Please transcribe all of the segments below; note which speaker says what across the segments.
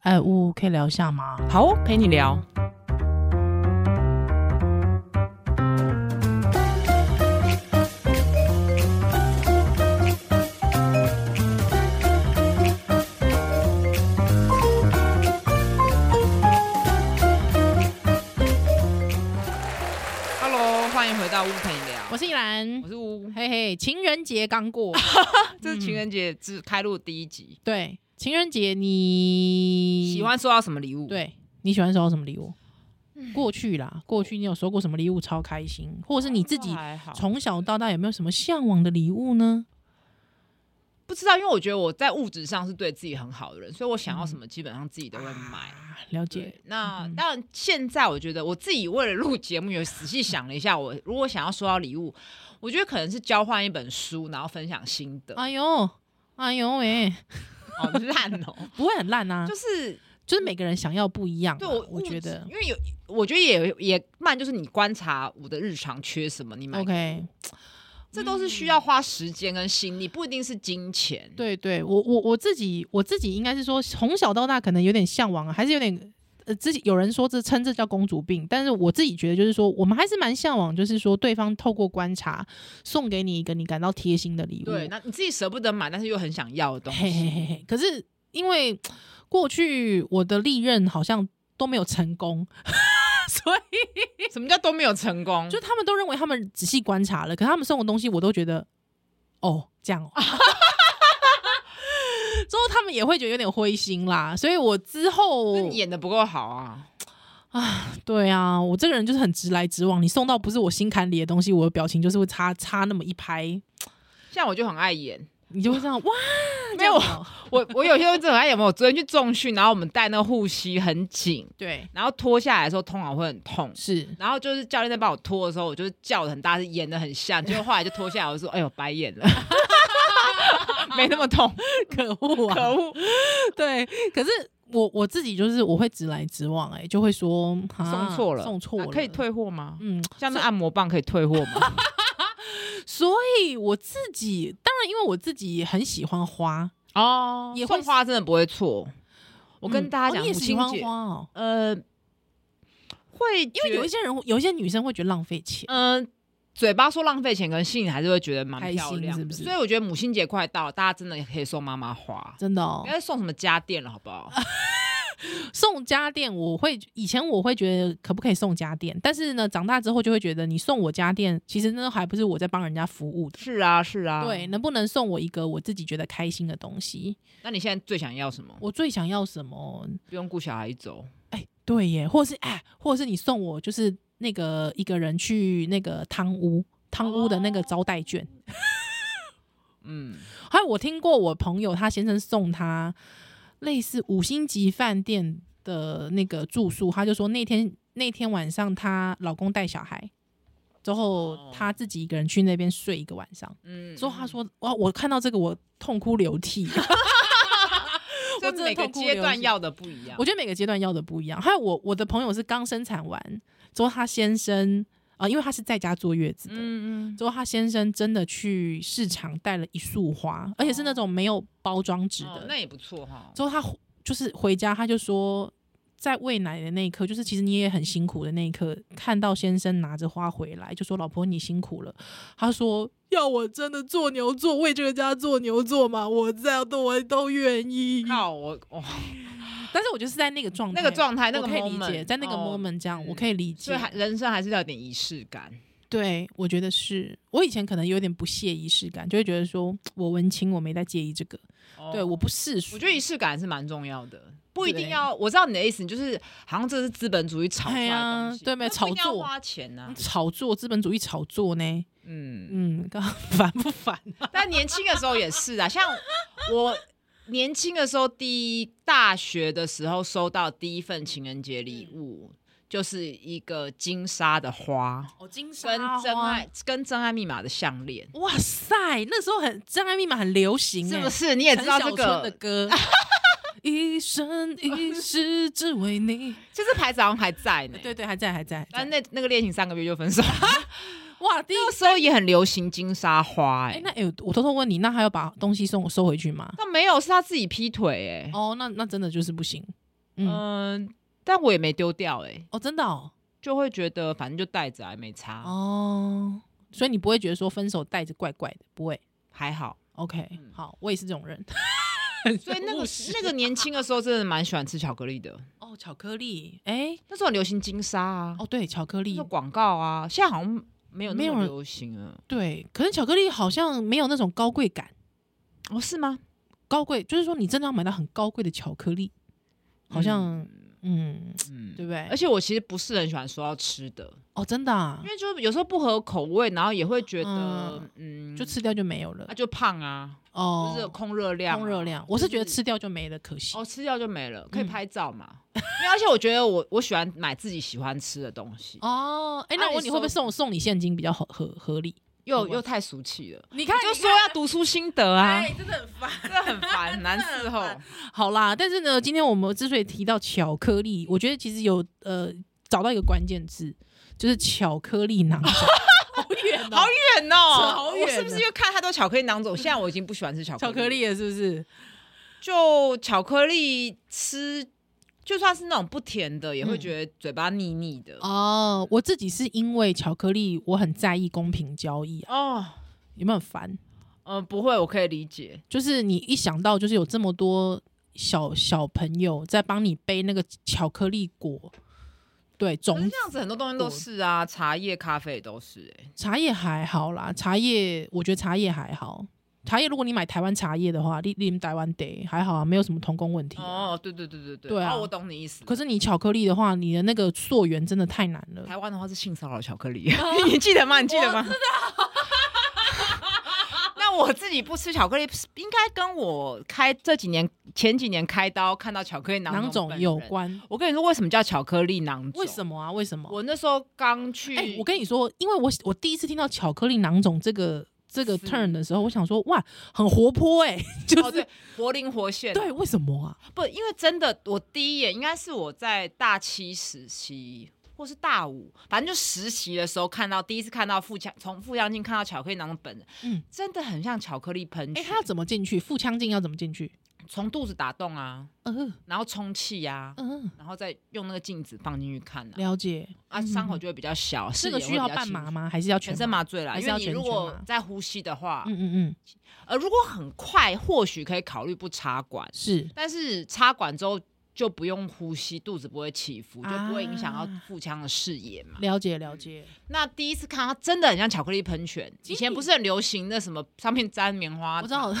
Speaker 1: 哎，呜，可以聊一下吗？
Speaker 2: 好哦，陪你聊。Hello，欢迎回到屋陪你聊，
Speaker 1: 我是依兰
Speaker 2: 我，是屋，嗯
Speaker 1: 嘿嘿，情人节刚过，
Speaker 2: 这是情人节自开录第一集。
Speaker 1: 对，情人节你
Speaker 2: 喜？欢收到什么礼物？，
Speaker 1: 对，你喜欢收到什么礼物？过去啦，过去你有收过什么礼物超开心，或者是你自己
Speaker 2: 还好，
Speaker 1: 从小到大有没有什么向往的礼物呢？
Speaker 2: 不知道，因为我觉得我在物质上是对自己很好的人，所以我想要什么基本上自己都会买。
Speaker 1: 嗯啊，嗯了解
Speaker 2: 对，，那当然现在我觉得我自己为了录节目，有仔细想了一下，我如果想要收到礼物，我觉得可能是交换一本书，然后分享心 得。
Speaker 1: 哎呦，哎呦喂、
Speaker 2: 哦，烂哦，
Speaker 1: 不会很烂啊，就
Speaker 2: 就是
Speaker 1: 是每个人想要不一样啊，
Speaker 2: 对我
Speaker 1: 我
Speaker 2: 物质
Speaker 1: 觉得
Speaker 2: 因为有，我觉得也有也慢，就是你观察我的日常缺什么，你买
Speaker 1: OK，嗯
Speaker 2: 这都是需要花时间跟心力，不一定是金钱。
Speaker 1: 对对，我我我自己我自己应该是说，从小到大可能有点向往啊，还是有点呃，自己有人说这称这叫公主病，但是我自己觉得就是说，我们还是蛮向往，就是说对方透过观察送给你一个你感到贴心的礼物，
Speaker 2: 对，那你自己舍不得买，但是又很想要的东
Speaker 1: 嘿
Speaker 2: 西。
Speaker 1: 嘿嘿嘿。可是因为过去我的历任好像都没有成功，所以
Speaker 2: 什么叫都没有成功？
Speaker 1: 就他们都认为他们仔细观察了，可他们送我东西，我都觉得哦这样哦。 之后他们也会觉得有点灰心啦，所以我之后
Speaker 2: 是你演的不够好啊！
Speaker 1: 对啊，我这个人就是很直来直往，你送到不是我心坎里的东西，我的表情就是会差差那么一拍，
Speaker 2: 像我就很爱演，
Speaker 1: 你就会这样哇，
Speaker 2: 没有
Speaker 1: 这样哦
Speaker 2: 我我有些会真的很爱演。我昨天去重训，然后我们戴那个护膝很紧，
Speaker 1: 对
Speaker 2: 然后脱下来的时候通常会很痛。
Speaker 1: 是
Speaker 2: 然后就是教练在帮我脱的时候，我就是叫的很大声，演的很像，结果后来就脱下来，我就说：“哎呦，白演了， 没那么痛。
Speaker 1: 可恶”啊，
Speaker 2: 可恶，
Speaker 1: 对，可是我我自己就是我会直来直往、哎，就会说哈
Speaker 2: 送错了，
Speaker 1: 送错了、
Speaker 2: 啊可以。退货吗？
Speaker 1: 嗯，
Speaker 2: 像那按摩棒可以退货 吗？哦
Speaker 1: 所以我自己当然，因为我自己很喜欢花，
Speaker 2: 哦
Speaker 1: 也会
Speaker 2: 送花真的不会错。我跟
Speaker 1: 嗯
Speaker 2: 大家
Speaker 1: 哦
Speaker 2: 讲，
Speaker 1: 你也
Speaker 2: 母
Speaker 1: 喜
Speaker 2: 亲
Speaker 1: 欢
Speaker 2: 节，
Speaker 1: 花哦，
Speaker 2: 呃，会因
Speaker 1: 因为有一些人，有一些女生会觉得浪费钱，
Speaker 2: 嗯、嘴巴说浪费钱，可能心里还是会觉得蛮
Speaker 1: 开
Speaker 2: 漂
Speaker 1: 心
Speaker 2: 亮的，
Speaker 1: 是不是
Speaker 2: 所以我觉得母亲节快到了，大家真的可以送妈妈花，
Speaker 1: 真的哦
Speaker 2: 不。要再送什么家电了，好 不好？
Speaker 1: 送家电，我会以前我会觉得可不可以送家电，但是呢，长大之后就会觉得你送我家电，其实那还不是我在帮人家服务的。
Speaker 2: 是啊，是啊。
Speaker 1: 对，，能不能送我一个我自己觉得开心的东西？
Speaker 2: 那你现在最想要什么？
Speaker 1: 我最想要什么？
Speaker 2: 不用顾小孩一周，
Speaker 1: 哎，对耶，或是哎，或者是你送我就是那个一个人去那个汤屋。汤屋的那个招待券，
Speaker 2: 嗯，
Speaker 1: 还有我听过我朋友他先生送他类似五星级饭店的那个住宿，他就说那天那天晚上她老公带小孩，之后
Speaker 2: 哦
Speaker 1: 她自己一个人去那边睡一个晚上，
Speaker 2: 嗯，
Speaker 1: 之后他说哇，我看到这个我痛哭流涕。
Speaker 2: 这
Speaker 1: 我真的
Speaker 2: 每个
Speaker 1: 痛哭
Speaker 2: 阶
Speaker 1: 流
Speaker 2: 段
Speaker 1: 涕
Speaker 2: 要的不一样
Speaker 1: 我。觉得每个阶段要的不一样。还有我我的朋友是刚生产完之后，她先生啊、呃因为她是在家坐月子的，
Speaker 2: 嗯嗯，
Speaker 1: 之后她先生真的去市场带了一束花，而且是那种没有包装纸
Speaker 2: 哦
Speaker 1: 的。
Speaker 2: 那也不错哈。
Speaker 1: 之后她回就是回家，她就说。在喂奶的那一刻，就是其实你也很辛苦的那一刻，看到先生拿着花回来，就说：“老婆，你辛苦了。”他说：“要我真的做牛做，为这个家做牛做马，我这样都我都愿意。”
Speaker 2: 靠，我我
Speaker 1: 但是我就是在那个状态，
Speaker 2: 啊那个状态，那
Speaker 1: 我
Speaker 2: 个
Speaker 1: 可以理
Speaker 2: moment，
Speaker 1: 解，在那个
Speaker 2: 哦
Speaker 1: moment 这样，
Speaker 2: 嗯
Speaker 1: 我可以理
Speaker 2: 所
Speaker 1: 解
Speaker 2: 以。还人生还是要有点仪式感。
Speaker 1: 对，我觉得是我以前可能有点不屑仪式感，就会觉得说我文青，我没在介意这个，对，
Speaker 2: 哦
Speaker 1: 我不世俗。
Speaker 2: 我觉得仪式感是蛮重要的，不一定
Speaker 1: 对
Speaker 2: 要。我知道你的意思，你就是好像这是资本主义炒出来
Speaker 1: 哎
Speaker 2: 的
Speaker 1: 呀
Speaker 2: 东西，
Speaker 1: 对没
Speaker 2: 那不一定
Speaker 1: 炒
Speaker 2: 要
Speaker 1: 作
Speaker 2: 花钱呐、
Speaker 1: 炒作资本主义炒作呢，
Speaker 2: 嗯，
Speaker 1: 嗯，刚刚烦不烦啊？
Speaker 2: 但年轻的时候也是 啊，像我年轻的时候，第一大学的时候收到第一份情人节礼
Speaker 1: 嗯
Speaker 2: 物，就是一个金沙的花，
Speaker 1: 哦，金
Speaker 2: 跟真爱跟真爱密码的项链，
Speaker 1: 哇塞，那时候很《真爱密码》很流行、
Speaker 2: 是
Speaker 1: 欸，
Speaker 2: 不是？你也知道这
Speaker 1: 陈小春的
Speaker 2: 个，
Speaker 1: 歌，一生一世只为 你。
Speaker 2: 就是牌子好像还在呢。
Speaker 1: 对对，还在还在。还
Speaker 2: 但
Speaker 1: 在
Speaker 2: 那那个恋情三个月就分手，
Speaker 1: 哇，第一
Speaker 2: 那个时候也很流行金沙花、
Speaker 1: 哎、
Speaker 2: 哎、
Speaker 1: 那哎、我偷偷问你，那还要把东西送收回去吗？
Speaker 2: 那没有，是他自己劈腿哎、
Speaker 1: 哦，那那真的就是不行。哦嗯，
Speaker 2: 嗯、但我也没丢掉、欸，哎，
Speaker 1: 哦，真的哦，
Speaker 2: 就会觉得反正就带着啊，没差，
Speaker 1: 哦，所以你不会觉得说分手带着怪怪的，不会。
Speaker 2: 还 好。
Speaker 1: OK，、
Speaker 2: 嗯
Speaker 1: 好，我也是这种 人。
Speaker 2: 所以那个
Speaker 1: 务实
Speaker 2: 那个年轻的时候，真的蛮喜欢吃巧克力的。
Speaker 1: 哦，巧克力，哎、
Speaker 2: 那时候很流行金沙啊，
Speaker 1: 哦，对，巧克力
Speaker 2: 做，广告啊，现在好像没有
Speaker 1: 没
Speaker 2: 那
Speaker 1: 有
Speaker 2: 么
Speaker 1: 人
Speaker 2: 流行了。
Speaker 1: 对，可是巧克力好像没有那种高贵感，
Speaker 2: 哦，是吗？
Speaker 1: 高贵就是说你真的要买到很高贵的巧克力，好像，嗯，
Speaker 2: 嗯，
Speaker 1: 对不对？
Speaker 2: 而且我其实不是很喜欢说到吃的，
Speaker 1: 哦，真的、啊
Speaker 2: 因，为就有时候不合口味，然后也会觉得，嗯，
Speaker 1: 就吃掉就没有了
Speaker 2: 啊。就胖啊，
Speaker 1: 哦，
Speaker 2: 就是控热量啊，
Speaker 1: 空热量，我是觉得
Speaker 2: 就是
Speaker 1: 吃掉就没了，可惜。
Speaker 2: 哦吃掉就没了，可以
Speaker 1: 嗯
Speaker 2: 拍照 嘛。因为而且我觉得我我喜欢买自己喜欢吃的东西，
Speaker 1: 哦，哎、那
Speaker 2: 啊
Speaker 1: 我问
Speaker 2: 你
Speaker 1: 你会不会
Speaker 2: 说
Speaker 1: 送送你现金比较合合合理？
Speaker 2: 又
Speaker 1: 没关
Speaker 2: 又太俗气了，
Speaker 1: 你看
Speaker 2: 就说要读书心得啊，
Speaker 1: 真的很烦。
Speaker 2: 真的很烦，难伺候。
Speaker 1: 好啦，但是呢，今天我们之所以提到巧克力，我觉得其实有呃找到一个关键字，就是巧克力囊肿， 好远
Speaker 2: 好远哦，
Speaker 1: 扯好远
Speaker 2: 我是不是又看太多巧克力囊肿？现在我已经不喜欢吃巧克力，
Speaker 1: 巧克力了是不是？
Speaker 2: 就巧克力吃，就算是那种不甜的，也会
Speaker 1: 嗯
Speaker 2: 觉得嘴巴腻腻的。
Speaker 1: 哦，我自己是因为巧克力，我很在意公平交易啊，
Speaker 2: 哦，
Speaker 1: 有没有很烦？
Speaker 2: 嗯、不会，我可以理解。
Speaker 1: 就是你一想到就是有这么多小小朋友在帮你背那个巧克力果，对
Speaker 2: 可是
Speaker 1: 种
Speaker 2: 这样子很多东西都是啊，茶叶、咖啡也都是、欸。
Speaker 1: 茶叶还好啦，茶叶我觉得茶叶还好。茶叶，如果你买台湾茶叶的话，你你们台湾得还好啊，没有什么童工问题、
Speaker 2: 哦，对对对对对，
Speaker 1: 对啊
Speaker 2: 哦，我懂你意思。
Speaker 1: 可是你巧克力的话，你的那个溯源真的太难了。
Speaker 2: 台湾的话是性骚扰巧克力， 你记得吗？你记得吗？那我自己不吃巧克力，应该跟我开这几年前几年开刀看到巧克力
Speaker 1: 囊
Speaker 2: 肿
Speaker 1: 肿有
Speaker 2: 关。
Speaker 1: 关，
Speaker 2: 我跟你说，为什么叫巧克力囊肿？
Speaker 1: 为什么啊？为什么？
Speaker 2: 我那时候刚去，
Speaker 1: 哎、我跟你说，因为我我第一次听到巧克力囊肿这个这个
Speaker 2: 是
Speaker 1: turn 的时候，我想说哇，很活泼哎、 就
Speaker 2: 哦
Speaker 1: 是、
Speaker 2: 对，活灵活现。
Speaker 1: 对，，为什么啊？
Speaker 2: 不，因为真的，我第一眼应该是我在大七时期。或是大五，反正就实习的时候看到，第一次看到腹腔，从腹腔镜看到巧克力囊肿本人，
Speaker 1: 嗯
Speaker 2: 真的很像巧克力喷
Speaker 1: 哎、
Speaker 2: 泉，
Speaker 1: 他要怎么进去？腹腔镜要怎么进去？
Speaker 2: 从肚子打洞啊，
Speaker 1: 嗯、
Speaker 2: 然后充气呀、啊，
Speaker 1: 嗯、
Speaker 2: 然后再用那个镜子放进去看啊，
Speaker 1: 了解。
Speaker 2: 啊，伤口就会比较小，
Speaker 1: 这
Speaker 2: 视
Speaker 1: 个
Speaker 2: 野
Speaker 1: 需
Speaker 2: 会
Speaker 1: 要
Speaker 2: 比较
Speaker 1: 半
Speaker 2: 清
Speaker 1: 麻
Speaker 2: 楚，
Speaker 1: 吗？还是要全
Speaker 2: 全身
Speaker 1: 麻？
Speaker 2: 麻醉啦，
Speaker 1: 还是
Speaker 2: 因为
Speaker 1: 要
Speaker 2: 你
Speaker 1: 全
Speaker 2: 如
Speaker 1: 全
Speaker 2: 果
Speaker 1: 麻
Speaker 2: 在呼吸的话，
Speaker 1: 嗯嗯嗯，
Speaker 2: 呃，如果很快，或许可以考虑不插管，
Speaker 1: 是
Speaker 2: 但是插管之后就不用呼吸，肚子不会起伏，就
Speaker 1: 啊
Speaker 2: 不会影响到腹腔的视野嘛。
Speaker 1: 了解了解。
Speaker 2: 那第一次看它真的很像巧克力喷泉，
Speaker 1: 其
Speaker 2: 以
Speaker 1: 实
Speaker 2: 前不是很流行那什么上面沾棉花，
Speaker 1: 我知道。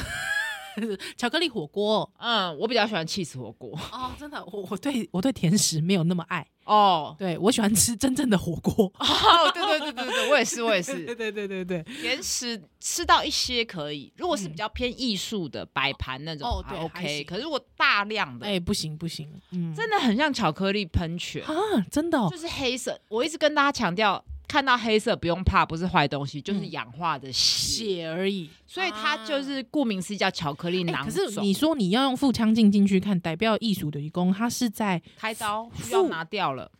Speaker 1: 巧克力火锅
Speaker 2: 嗯，我比较喜欢 cheese 火锅
Speaker 1: 哦，真的，我我对 我对甜食没有那么爱，
Speaker 2: 哦。
Speaker 1: 对我喜欢吃真正的火锅。
Speaker 2: 哦，对对对对对，我也是我 也是，
Speaker 1: 对对对对，
Speaker 2: 甜食吃到一些可以，如果是比较偏艺术的摆盘那种，
Speaker 1: 哦
Speaker 2: 还
Speaker 1: 对还
Speaker 2: OK，
Speaker 1: 行
Speaker 2: 可是如果大量的，
Speaker 1: 哎，不行不行，嗯，
Speaker 2: 真的很像巧克力喷泉。
Speaker 1: 啊，真的哦
Speaker 2: 就是黑色。我一直跟大家强调，看到黑色不用怕，不是坏东西，就是氧化的血，
Speaker 1: 嗯血而已，
Speaker 2: 所以它就是顾名思义叫巧克力
Speaker 1: 啊哎、
Speaker 2: 囊
Speaker 1: 可
Speaker 2: 肿。
Speaker 1: 是你说你要用腹腔镜进去看，代表艺术的愚公，他是在
Speaker 2: 开刀需要
Speaker 1: 腹
Speaker 2: 拿掉了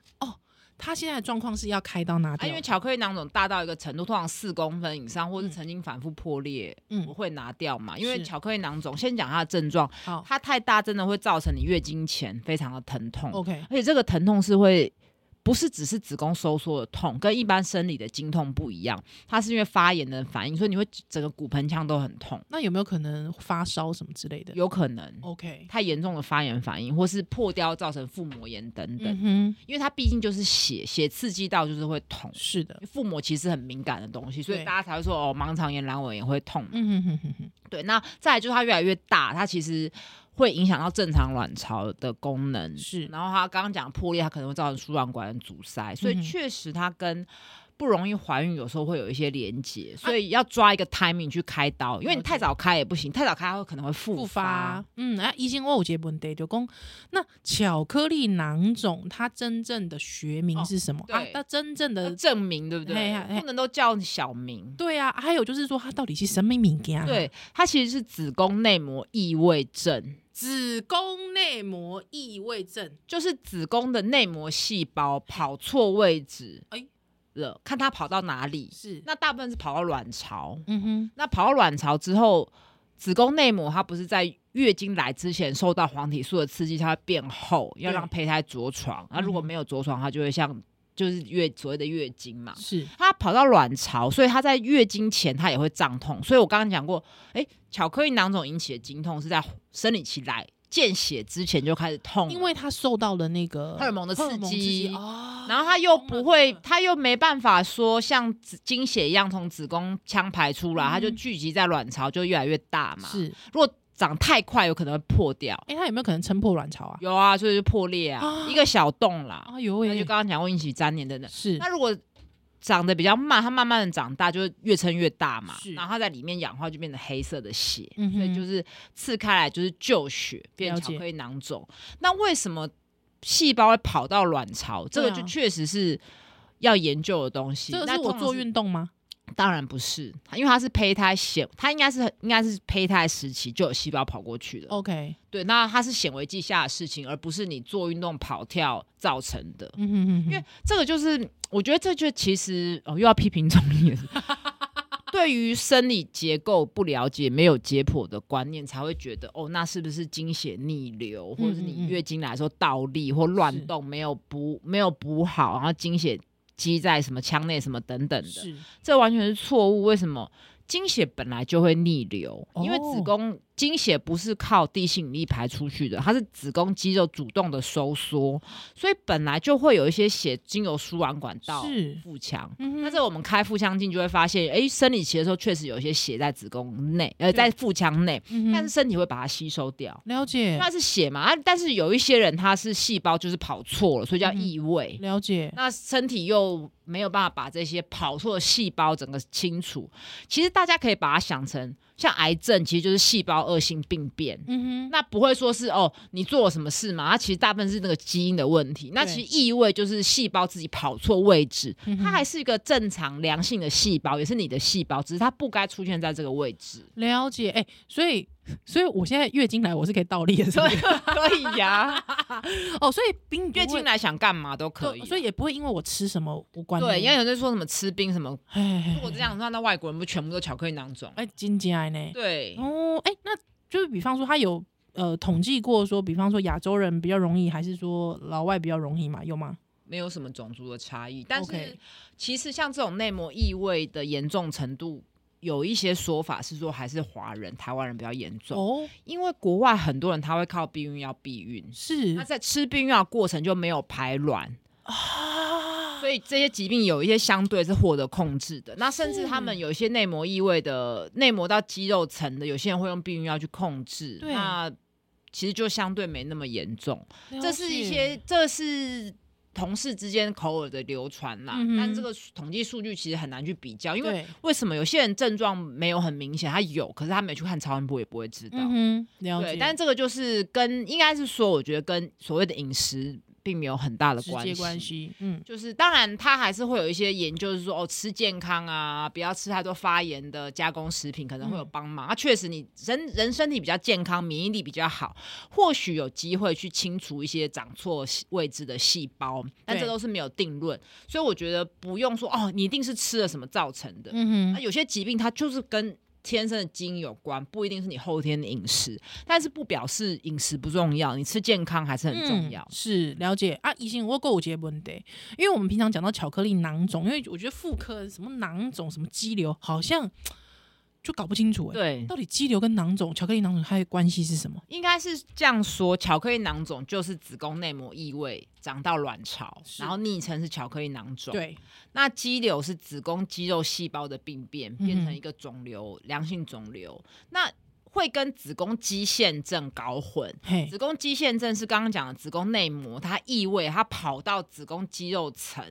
Speaker 1: 他现在的状况是要开刀拿
Speaker 2: 啊，
Speaker 1: 掉，
Speaker 2: 因为巧克力囊肿大到一个程度，通常四公分以上，或是
Speaker 1: 嗯
Speaker 2: 曾经反复破裂，我
Speaker 1: 嗯，
Speaker 2: 会拿掉嘛。因为
Speaker 1: 是
Speaker 2: 巧克力囊肿，先讲它的症状，
Speaker 1: 好
Speaker 2: 它太大真的会造成你月经前非常的疼痛，
Speaker 1: ，OK，
Speaker 2: 而且这个疼痛是会。不是只是子宫收缩的痛，跟一般生理的经痛不一样，它是因为发炎的反应，所以你会整个骨盆腔都很痛。
Speaker 1: 那有没有可能发烧什么之类的
Speaker 2: 有可能
Speaker 1: ？OK，
Speaker 2: 太严重的发炎反应，或是破掉造成腹膜炎等等，
Speaker 1: 嗯哼，
Speaker 2: 因为它毕竟就是血，血刺激到就是会痛。
Speaker 1: 是的，
Speaker 2: 腹膜其实很敏感的东西，所以
Speaker 1: 对
Speaker 2: 大家才会说哦，盲肠炎、阑尾炎会痛。
Speaker 1: 嗯哼哼哼哼，
Speaker 2: 对，那再来就是它越来越大，它其实会影响到正常卵巢的功能。
Speaker 1: 是
Speaker 2: 然后它刚刚讲破裂，它可能会造成输卵管的阻塞，所
Speaker 1: 嗯
Speaker 2: 以
Speaker 1: 哼
Speaker 2: 确实它跟不容易怀孕有时候会有一些连结，所以要抓一个 timing 去开刀，因为
Speaker 1: 啊
Speaker 2: 你
Speaker 1: 了解
Speaker 2: 太早开也不行，太早开它会可能会
Speaker 1: 复
Speaker 2: 复发
Speaker 1: 发，嗯，啊，医生我有一个问题，就讲那巧克力囊肿它真正的学名是什么、
Speaker 2: 哦
Speaker 1: 啊
Speaker 2: 对？呃
Speaker 1: 它真正
Speaker 2: 要
Speaker 1: 的
Speaker 2: 证明对不
Speaker 1: 嘿
Speaker 2: 对
Speaker 1: 呀？嘿
Speaker 2: 不能都叫小名。
Speaker 1: 对啊，还有就是说它到底是什么敏感、啊？
Speaker 2: 对，，它其实是子宫内膜异位症，
Speaker 1: 子宫内膜异位症，
Speaker 2: 就是子宫的内膜细胞跑错位置，
Speaker 1: 哎
Speaker 2: 了，看它跑到哪里。
Speaker 1: 是，
Speaker 2: 那大部分是跑到卵巢，
Speaker 1: 嗯哼，
Speaker 2: 那跑到卵巢之后，子宫内膜它不是在月经来之前受到黄体素的刺激，它会变厚，要让胚胎着床。那如果
Speaker 1: 嗯
Speaker 2: 没有着床，它就会像就是月所谓的月经嘛。
Speaker 1: 是
Speaker 2: 它跑到卵巢，所以它在月经前它也会胀痛。所以我刚刚讲过，哎，巧克力囊肿引起的经痛是在生理期来见血之前就开始痛了，
Speaker 1: 因为他受到了那个
Speaker 2: 嗯荷尔蒙的刺
Speaker 1: 荷尔蒙刺
Speaker 2: 激
Speaker 1: 哦
Speaker 2: 然后他又
Speaker 1: 懂了
Speaker 2: 不会
Speaker 1: 懂了，
Speaker 2: 他又没办法说像子经血一样从子宫腔排出来，
Speaker 1: 嗯
Speaker 2: 它就聚集在卵巢，就越来越大嘛。
Speaker 1: 是
Speaker 2: 如果长太快，有可能会破掉。
Speaker 1: 哎、他有没有可能撑破卵巢啊？
Speaker 2: 有啊，所以就破裂啊，
Speaker 1: 啊
Speaker 2: 一个小洞啦。
Speaker 1: 啊有
Speaker 2: 那
Speaker 1: 喂、
Speaker 2: 就刚刚讲过引起粘连等等。
Speaker 1: 是
Speaker 2: 那如果长得比较慢，它慢慢的长大，就会越撑越大嘛
Speaker 1: 是。
Speaker 2: 然后它在里面氧化，就变成黑色的血。
Speaker 1: 嗯哼
Speaker 2: 所以就是刺开来就是旧血，变
Speaker 1: 了
Speaker 2: 巧
Speaker 1: 解
Speaker 2: 克力囊肿。那为什么细胞会跑到卵巢？这个
Speaker 1: 对啊
Speaker 2: 就确实是要研究的东西。
Speaker 1: 这个
Speaker 2: 那
Speaker 1: 是我
Speaker 2: 通常
Speaker 1: 做运动吗？
Speaker 2: 当然不是，因为它是胚胎显，它应该是应该是胚胎时期就有细胞跑过去的。
Speaker 1: OK，
Speaker 2: 对，那它是显微镜下的事情，而不是你做运动跑跳造成的。
Speaker 1: 嗯哼哼哼，
Speaker 2: 因为这个就是，我觉得这就其实哦，又要批评中医了。 对于生理结构不了解、没有解剖的观念，才会觉得哦，那是不是经血逆流，或者是
Speaker 1: 嗯嗯
Speaker 2: 你
Speaker 1: 嗯
Speaker 2: 月经来的时候倒立或乱动，没有补没有补好，然后经血积在什么腔内什么等等的，
Speaker 1: 是
Speaker 2: 这完全是错误。为什么？经血本来就会逆流，因为
Speaker 1: 哦
Speaker 2: 子宫经血不是靠地心引力排出去的，它是子宫肌肉主动的收缩，所以本来就会有一些血经由输卵管到
Speaker 1: 是，
Speaker 2: 腹腔。
Speaker 1: 嗯哼
Speaker 2: 但是我们开腹腔镜就会发现，哎，生理期的时候确实有一些血在子宫内，呃，
Speaker 1: 对
Speaker 2: 在腹腔内，
Speaker 1: 嗯哼
Speaker 2: 但是身体会把它吸收掉。
Speaker 1: 了解
Speaker 2: 那是血嘛？啊，但是有一些人他是细胞就是跑错了，所以叫
Speaker 1: 嗯哼
Speaker 2: 异位。
Speaker 1: 了解，
Speaker 2: 那身体又没有办法把这些跑错的细胞整个清除。其实大家可以把它想成，像癌症其实就是细胞恶性病变。
Speaker 1: 嗯哼，
Speaker 2: 那不会说是哦，你做了什么事嘛？它其实大部分是那个基因的问题。那
Speaker 1: 对
Speaker 2: 其实异位就是细胞自己跑错位置，
Speaker 1: 嗯哼
Speaker 2: 它还是一个正常良性的细胞，也是你的细胞，只是它不该出现在这个位 置。
Speaker 1: 了解，哎、所以所以我现在月经来我是可以倒立的，是不是
Speaker 2: 可以呀、
Speaker 1: 哦，所以冰
Speaker 2: 月经来想干嘛都可以啊、
Speaker 1: 所以也不会因为我吃什么无关
Speaker 2: 对，因为
Speaker 1: 联，
Speaker 2: 有人说什么吃冰什么，
Speaker 1: 哎
Speaker 2: 如果这样的话，那外国人不全部都巧克力囊肿？
Speaker 1: 哎，金金癌呢？
Speaker 2: 对，
Speaker 1: 哦，哎、那就是比方说他有呃统计过说，比方说亚洲人比较容易，还是说老外比较容易嘛？有吗？
Speaker 2: 没有什么种族的差异，但是
Speaker 1: OK
Speaker 2: 其实像这种内膜异味的严重程度，有一些说法是说还是华人、台湾人比较严重，
Speaker 1: 哦，
Speaker 2: 因为国外很多人他会靠避孕药避孕，
Speaker 1: 是
Speaker 2: 那在吃避孕药的过程就没有排卵，
Speaker 1: 啊，
Speaker 2: 所以这些疾病有一些相对是获得控制的。那甚至
Speaker 1: 是
Speaker 2: 他们有一些内膜异味的内膜到肌肉层的，有些人会用避孕药去控制，
Speaker 1: 对
Speaker 2: 那其实就相对没那么严重。
Speaker 1: 了
Speaker 2: 这是
Speaker 1: 解
Speaker 2: 一些，这是同事之间口耳的流传啦。
Speaker 1: 嗯哼
Speaker 2: 但这个统计数据其实很难去比较，因为
Speaker 1: 对，
Speaker 2: 为什么有些人症状没有很明显，他有，可是他没去看超音波也不会知道。
Speaker 1: 嗯哼，了
Speaker 2: 对
Speaker 1: 解，，
Speaker 2: 但这个就是跟应该是说，我觉得跟所谓的饮食并没有很大的
Speaker 1: 直接关系，嗯，
Speaker 2: 就是当然，它还是会有一些研究，是说哦，吃健康啊，不要吃太多发炎的加工食品，可能会有
Speaker 1: 嗯
Speaker 2: 帮忙。啊，确实你人人身体比较健康，免疫力比较好，或许有机会去清除一些长错位置的细胞，但这
Speaker 1: 对
Speaker 2: 都是没有定论，所以我觉得不用说哦，你一定是吃了什么造成的。
Speaker 1: 嗯
Speaker 2: 那
Speaker 1: 哼，
Speaker 2: 有些疾病它就是跟天生的基因有关，不一定是你后天的饮食，但是不表示饮食不重要，你吃健康还是很重要
Speaker 1: 嗯。是了解啊。以前我购物节问题，因为我们平常讲到巧克力囊肿，因为我觉得妇科什么囊肿、什么肌瘤，好像就搞不清楚哎、
Speaker 2: 对，
Speaker 1: 到底肌瘤跟囊肿、巧克力囊肿它的关系是什么？
Speaker 2: 应该是这样说，巧克力囊肿就是子宫内膜异位长到卵巢，
Speaker 1: 是
Speaker 2: 然后昵称是巧克力囊肿。，
Speaker 1: 对，
Speaker 2: 那肌瘤是子宫肌肉细胞的病变，
Speaker 1: 嗯哼
Speaker 2: 变成一个肿瘤，良性肿瘤。那会跟子宫肌腺症搞混。
Speaker 1: 嘿
Speaker 2: 子，宫肌腺症是刚刚讲的子宫内膜，它异位，它跑到子宫肌肉层，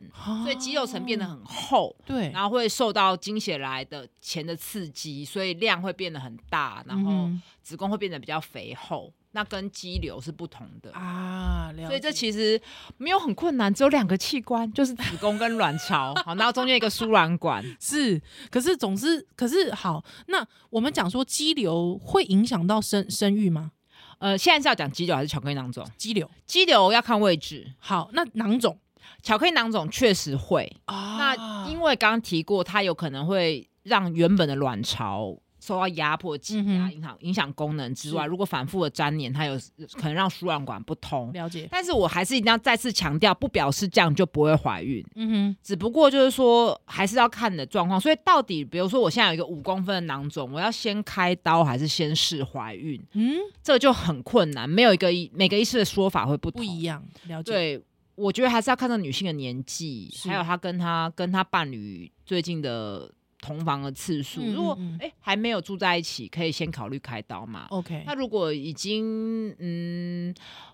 Speaker 2: 所以肌肉层变得
Speaker 1: 哦
Speaker 2: 很厚，
Speaker 1: 对，
Speaker 2: 然后会受到经血来的钱的刺激，所以量会变得很大，然后
Speaker 1: 嗯
Speaker 2: 子宫会变得比较肥厚，那跟肌瘤是不同的
Speaker 1: 哼。啊，了
Speaker 2: 所以
Speaker 1: 解
Speaker 2: 这其实没有很困难，只有两个器官，就是子宫跟卵巢，好，然后中间一个输卵管。
Speaker 1: 是，可是总之，可是好，那我们讲说肌瘤会影响到生生育吗？
Speaker 2: 呃，现在是要讲肌瘤还是巧克力囊肿？
Speaker 1: 肌瘤
Speaker 2: 肌瘤要看位置，
Speaker 1: 好，那囊肿
Speaker 2: 巧克力囊肿确实会。
Speaker 1: 啊
Speaker 2: 那因为刚刚提过，它有可能会让原本的卵巢受到压迫、挤
Speaker 1: 嗯
Speaker 2: 压、
Speaker 1: 哼
Speaker 2: 影响影响功能之外，
Speaker 1: 是
Speaker 2: 如果反复的粘连，它有可能让输卵管不通。
Speaker 1: 了解，
Speaker 2: 但是我还是一定要再次强调，不表示这样就不会怀孕，
Speaker 1: 嗯
Speaker 2: 只不过就是说还是要看你的状况。所以到底，比如说我现在有一个五公分的囊肿，我要先开刀还是先试怀孕，
Speaker 1: 哼，嗯，
Speaker 2: 这就很困难，没有一个医每个医师的说法会不
Speaker 1: 不
Speaker 2: 同
Speaker 1: 一样，了解，
Speaker 2: 对，我觉得还是要看到女性的年纪，
Speaker 1: 是
Speaker 2: 还有她跟她跟她伴侣最近的同房的次数。
Speaker 1: 嗯
Speaker 2: 如果
Speaker 1: 嗯嗯
Speaker 2: 哎、诶还没有住在一起，可以先考虑开刀嘛。
Speaker 1: ，OK，
Speaker 2: 那如果已经嗯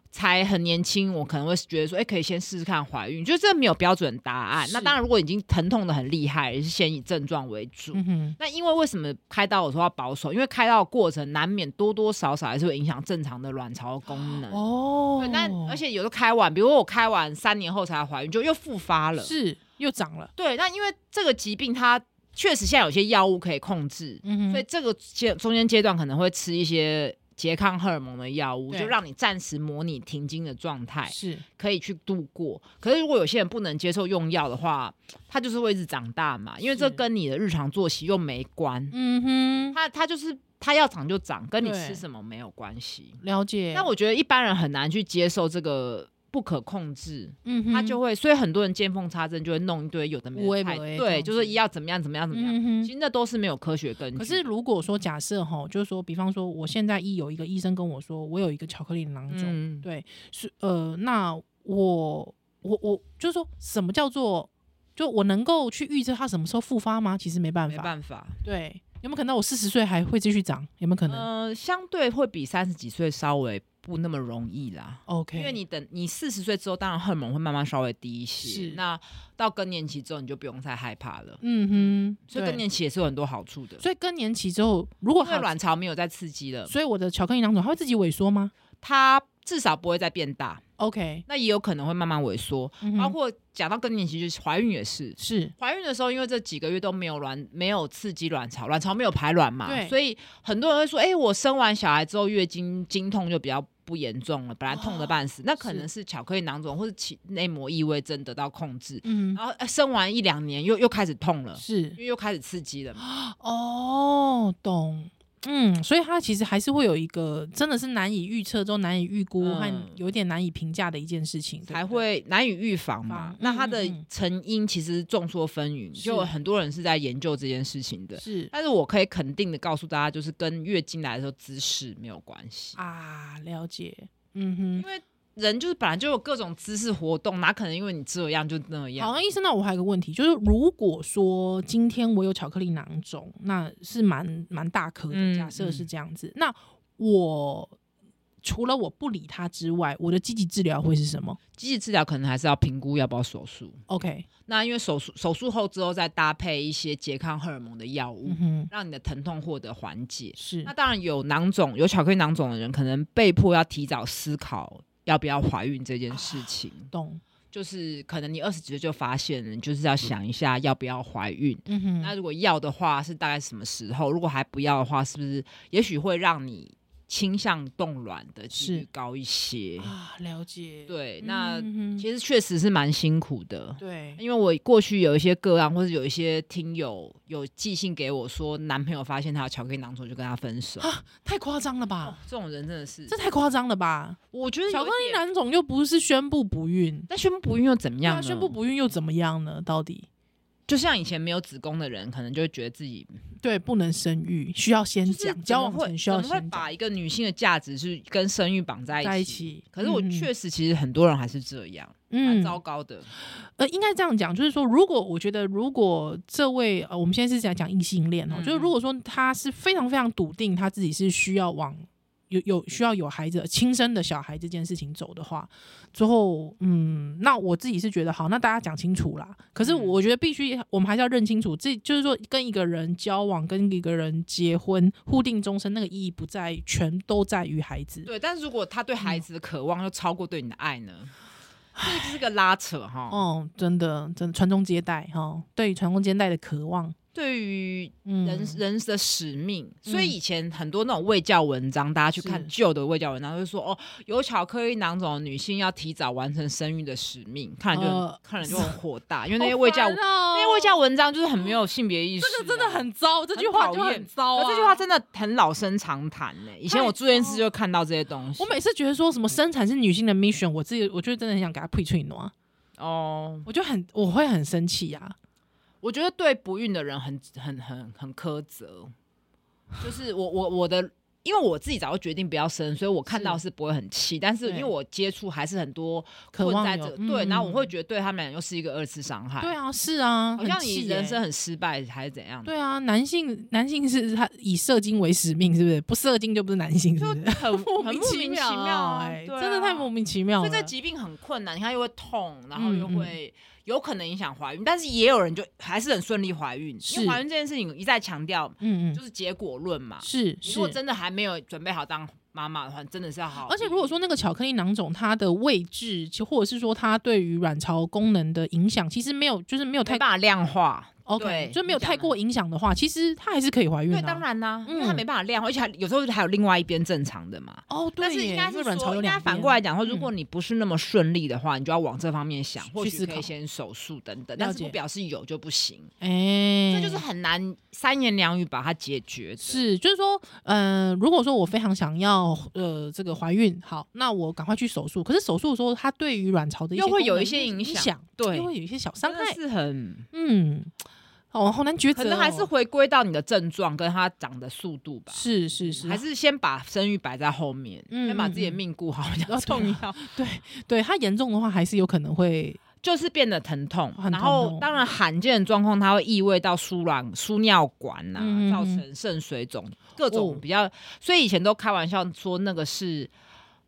Speaker 2: 才很年轻，我可能会觉得说，哎、可以先试试看怀孕，就是这没有标准答案。那
Speaker 1: 是
Speaker 2: 当然，如果已经疼痛的很厉害，也是先以症状为主。
Speaker 1: 嗯哼，
Speaker 2: 那因为为什么开刀我说要保守？因为开刀的过程难免多多少少还是会影响正常的卵巢功能。
Speaker 1: 哦
Speaker 2: 对，，那而且有的开完，比如我开完三年后才怀孕，就又复发了。
Speaker 1: 是又长了，
Speaker 2: 对，那因为这个疾病它确实现在有些药物可以控制，
Speaker 1: 嗯
Speaker 2: 所以
Speaker 1: 哼，
Speaker 2: 这个阶中间阶段可能会吃一些拮抗荷尔蒙的药物，
Speaker 1: 对
Speaker 2: 就让你暂时模拟停经的状态，
Speaker 1: 是
Speaker 2: 可以去度过。可是如果有些人不能接受用药的话，它就是会一直长大嘛，因为这
Speaker 1: 是
Speaker 2: 跟你的日常作息又没关，
Speaker 1: 嗯哼，
Speaker 2: 它它就是它要长就长，跟你
Speaker 1: 对
Speaker 2: 吃什么没有关系。
Speaker 1: 了解，
Speaker 2: 但我觉得一般人很难去接受这个不可控制，
Speaker 1: 嗯哼，
Speaker 2: 他就会，所以很多人见缝插针就会弄一堆有的没
Speaker 1: 无微
Speaker 2: 的
Speaker 1: 不
Speaker 2: 菜
Speaker 1: 微这样
Speaker 2: 对，就是
Speaker 1: 子
Speaker 2: 要怎么样怎么样怎么样，
Speaker 1: 嗯哼
Speaker 2: 其。实那都是没有科学根据。
Speaker 1: 可是如果说假设哈，就是说，比方说，我现在一有一个医生跟我说，我有一个巧克力囊肿，
Speaker 2: 嗯，
Speaker 1: 对，是呃，那我我我就是说什么叫做，就我能够去预测它什么时候复发吗？其实没办
Speaker 2: 没
Speaker 1: 法，
Speaker 2: 办法，
Speaker 1: 对，有没有可能我四十岁还会继续长？有没有可能、
Speaker 2: 嗯、相对会比三十几岁稍微不那么容易啦。
Speaker 1: o k
Speaker 2: 因为你等你四十岁之后，当然荷尔蒙会慢慢稍微低一些
Speaker 1: 是。
Speaker 2: 那到更年期之后，你就不用再害怕了。
Speaker 1: 嗯哼，
Speaker 2: 所以更
Speaker 1: 对
Speaker 2: 年期也是有很多好处的，
Speaker 1: 所以更年期之后，如果
Speaker 2: 因为
Speaker 1: 它
Speaker 2: 卵巢没有再刺激了，
Speaker 1: 所以我的巧克力囊肿它会自己萎缩吗
Speaker 2: 它至少不会再变大。
Speaker 1: ？OK，
Speaker 2: 那也有可能会慢慢萎缩，
Speaker 1: 嗯哼
Speaker 2: 包括讲到更年期，就是怀孕也是。
Speaker 1: 是
Speaker 2: 怀孕的时候，因为这几个月都没有卵，没有刺激卵巢，卵巢没有排卵嘛
Speaker 1: 对，
Speaker 2: 所以很多人会说：“哎、我生完小孩之后月经经痛就比较不严重了，本来痛
Speaker 1: 哦
Speaker 2: 的半死。那可能是巧克力囊肿或者其内膜异位症得到控制，
Speaker 1: 嗯
Speaker 2: 然后、呃生完一两年又又开始痛了，
Speaker 1: 是
Speaker 2: 因为又开始刺激了嘛。
Speaker 1: 哦，懂。嗯，所以它其实还是会有一个真的是难以预测、中难以预估
Speaker 2: 嗯
Speaker 1: 和有点难以评价的一件事情，对不
Speaker 2: 才
Speaker 1: 对
Speaker 2: 会难以预防嘛。
Speaker 1: 防
Speaker 2: 那它
Speaker 1: 嗯
Speaker 2: 的
Speaker 1: 嗯嗯
Speaker 2: 成因其实众说纷纭，
Speaker 1: 是
Speaker 2: 就有很多人是在研究这件事情的。
Speaker 1: 是
Speaker 2: 但是我可以肯定的告诉大家，就是跟月经来的时候姿势没有关系，
Speaker 1: 啊，了解。嗯
Speaker 2: 因为人就是本来就有各种姿势活动，哪可能因为你这样就那
Speaker 1: 哼，
Speaker 2: 样？
Speaker 1: 好，那医生，那我还有一个问题，就是如果说今天我有巧克力囊肿，那是蛮蛮大颗的，
Speaker 2: 嗯
Speaker 1: 假设是这样子，那我除了我不理它之外，我的积极治疗会是什么
Speaker 2: 积极治疗可能还是要评估要不要手术。
Speaker 1: ？OK，
Speaker 2: 那因为手术手术后之后再搭配一些拮抗荷尔蒙的药物，
Speaker 1: 嗯哼，
Speaker 2: 让你的疼痛获得缓解。
Speaker 1: 是
Speaker 2: 那当然有囊肿有巧克力囊肿的人，可能被迫要提早思考要不要怀孕这件事情。
Speaker 1: 懂，
Speaker 2: 就是可能你二十几岁就发现了，你就是要想一下要不要怀孕。
Speaker 1: 嗯哼，
Speaker 2: 那如果要的话，是大概什么时候？如果还不要的话，是不是也许会让你倾向冻卵的几率
Speaker 1: 是
Speaker 2: 高一些？
Speaker 1: 啊，了解，嗯
Speaker 2: 对，
Speaker 1: 哼，
Speaker 2: 那
Speaker 1: 嗯哼
Speaker 2: 其实确实是蛮辛苦的。
Speaker 1: 对，
Speaker 2: 因为我过去有一些个案，或者有一些听友有寄信给我说，男朋友发现他有巧克力囊肿就跟他分手，哦
Speaker 1: 太夸张了吧？
Speaker 2: 这种人真的是，
Speaker 1: 这太夸张了吧？
Speaker 2: 我觉得有
Speaker 1: 巧克
Speaker 2: 一
Speaker 1: 力
Speaker 2: 点，
Speaker 1: 男总又不是宣布不孕，
Speaker 2: 但宣布不孕又怎么
Speaker 1: 对
Speaker 2: 样
Speaker 1: 啊，
Speaker 2: 呢？
Speaker 1: 宣布不孕又怎么样呢？到底
Speaker 2: 就像以前没有子宫的人，可能就会觉得自己
Speaker 1: 对不能生育，需要先
Speaker 2: 就是
Speaker 1: 讲，
Speaker 2: 怎
Speaker 1: 交
Speaker 2: 么
Speaker 1: 往
Speaker 2: 会
Speaker 1: 前需要
Speaker 2: 怎么会
Speaker 1: 先
Speaker 2: 把
Speaker 1: 讲
Speaker 2: 一个女性的价值是跟生育绑在一起？
Speaker 1: 在一起。
Speaker 2: 可是我
Speaker 1: 嗯
Speaker 2: 确实，其实很多人还是这样，蛮、
Speaker 1: 嗯
Speaker 2: 糟糕的。
Speaker 1: 呃，应该这样讲，就是说，如果我觉得，如果这位呃，我们现在是讲讲异性恋哦，
Speaker 2: 嗯
Speaker 1: 就是如果说他是非常非常笃定他自己是需要往有有需要有孩子亲生的小孩这件事情走的话，之后嗯，那我自己是觉得好，那大家讲清楚啦。可是
Speaker 2: 嗯
Speaker 1: 我觉得必须，我们还是要认清楚，这就是说跟一个人交往，跟一个人结婚，互定终身，那个意义不在，全都在于孩子。
Speaker 2: 对，但是如果他对
Speaker 1: 嗯
Speaker 2: 孩子的渴望又超过对你的爱呢？这个就是个拉扯哈。
Speaker 1: 哦，真的，真的传宗接代哈、哦，对传宗接代的渴望，
Speaker 2: 对于
Speaker 1: 嗯
Speaker 2: 人、人的使命，所
Speaker 1: 嗯
Speaker 2: 以以前很多那种卫教文章，大家去看
Speaker 1: 是
Speaker 2: 旧的卫教文章，就说哦，有巧克力囊肿的女性要提早完成生育的使命，看了就很、
Speaker 1: 呃
Speaker 2: 看了就很火大，因为
Speaker 1: 好
Speaker 2: 那些卫教、
Speaker 1: 烦哦
Speaker 2: 那些卫教文章就是很没有性别意识、
Speaker 1: 这个真的。啊很糟，这句话就
Speaker 2: 讨
Speaker 1: 很
Speaker 2: 厌
Speaker 1: 糟、啊。
Speaker 2: 可这句话真的很老生常谈呢、以前我住院室就看到这些东西。
Speaker 1: 我每次觉得说什么生产是女性的 mission，我自己我就真的很想给他呸出你啊，
Speaker 2: 哦，
Speaker 1: 我就很我会很生气啊呀、
Speaker 2: 我觉得对不孕的人很很很很苛责，就是我我我的，因为我自己早就决定不要生，所以我看
Speaker 1: 是
Speaker 2: 到是不会很气，但是因
Speaker 1: 对
Speaker 2: 为我接触还是很多
Speaker 1: 渴望
Speaker 2: 困在
Speaker 1: 有
Speaker 2: 这
Speaker 1: 嗯
Speaker 2: 对，然后我会
Speaker 1: 嗯
Speaker 2: 觉得对他们俩又是一个二次伤害，
Speaker 1: 对，啊，是啊，
Speaker 2: 好像
Speaker 1: 很
Speaker 2: 你
Speaker 1: 气
Speaker 2: 人
Speaker 1: 耶
Speaker 2: 生很失败还是怎样的，
Speaker 1: 对啊，男性男性是他以射精为使命，是不是？不射精就不是男性，是 不是？
Speaker 2: 很
Speaker 1: 莫
Speaker 2: 很
Speaker 1: 名
Speaker 2: 莫名
Speaker 1: 妙
Speaker 2: 妙啊
Speaker 1: 哎
Speaker 2: 对
Speaker 1: 真的太莫名其妙了。
Speaker 2: 所以这疾病很困难，你看又会痛，然后
Speaker 1: 嗯
Speaker 2: 又
Speaker 1: 嗯
Speaker 2: 会有可能影响怀孕，但是也有人就还是很顺利怀孕，因
Speaker 1: 是
Speaker 2: 为怀孕这件事情一再强调
Speaker 1: 嗯嗯，
Speaker 2: 就是结果论嘛，
Speaker 1: 是
Speaker 2: 如
Speaker 1: 是
Speaker 2: 果。真的还没有准备好当妈妈的话，真的是要好好。
Speaker 1: 而且如果说那个巧克力囊肿它的位置，其或者是说它对于卵巢功能的影响，其实没有，就是没有
Speaker 2: 没
Speaker 1: 太
Speaker 2: 办法量化，
Speaker 1: OK，
Speaker 2: 对
Speaker 1: 就没有
Speaker 2: 你讲
Speaker 1: 太
Speaker 2: 得
Speaker 1: 过影响的话，其实它还是可以怀孕
Speaker 2: 对，
Speaker 1: 的。
Speaker 2: 当然啦、
Speaker 1: 嗯
Speaker 2: 因为它没办法量化，而且还有时候还有另外一边正常的嘛。
Speaker 1: 哦，对
Speaker 2: 但
Speaker 1: 耶，
Speaker 2: 是应该
Speaker 1: 因
Speaker 2: 是
Speaker 1: 为卵巢
Speaker 2: 说，
Speaker 1: 有
Speaker 2: 应
Speaker 1: 两边
Speaker 2: 该反过来，讲说，
Speaker 1: 嗯
Speaker 2: 如果你不是那么顺利的话，你就要往这方面想，或
Speaker 1: 去
Speaker 2: 许
Speaker 1: 思
Speaker 2: 可
Speaker 1: 考
Speaker 2: 以先手术等
Speaker 1: 了
Speaker 2: 等，但是
Speaker 1: 解
Speaker 2: 不表示有就不行，
Speaker 1: 哎，
Speaker 2: 这就是很难三言两语把它解决的。
Speaker 1: 是，就是说，呃，如果说我非常想要呃这个怀孕，好，那我赶快去手术。可是手术的时候，它对于卵巢的一些
Speaker 2: 又会
Speaker 1: 功
Speaker 2: 有
Speaker 1: 能
Speaker 2: 一些影响
Speaker 1: 响，
Speaker 2: 对
Speaker 1: 又会有一些小伤
Speaker 2: 真的
Speaker 1: 害。
Speaker 2: 是很，
Speaker 1: 嗯，哦，好难抉择
Speaker 2: 可
Speaker 1: 哦、
Speaker 2: 能还是回归到你的症状跟它长的速度吧，嗯
Speaker 1: 是是是，
Speaker 2: 还是先把生育摆在后面，
Speaker 1: 嗯
Speaker 2: 先把自己的
Speaker 1: 嗯嗯
Speaker 2: 命顾好比较
Speaker 1: 哦对
Speaker 2: 重
Speaker 1: 啊
Speaker 2: 要。
Speaker 1: 对它严重的话，还是有可能会
Speaker 2: 就是变得疼痛，
Speaker 1: 很疼
Speaker 2: 然后
Speaker 1: 痛
Speaker 2: 当然罕见的状况，它会异味到输卵、输尿管呐、
Speaker 1: 嗯嗯嗯
Speaker 2: 造成肾水肿，各
Speaker 1: 哦
Speaker 2: 种比较。所以以前都开玩笑说那个是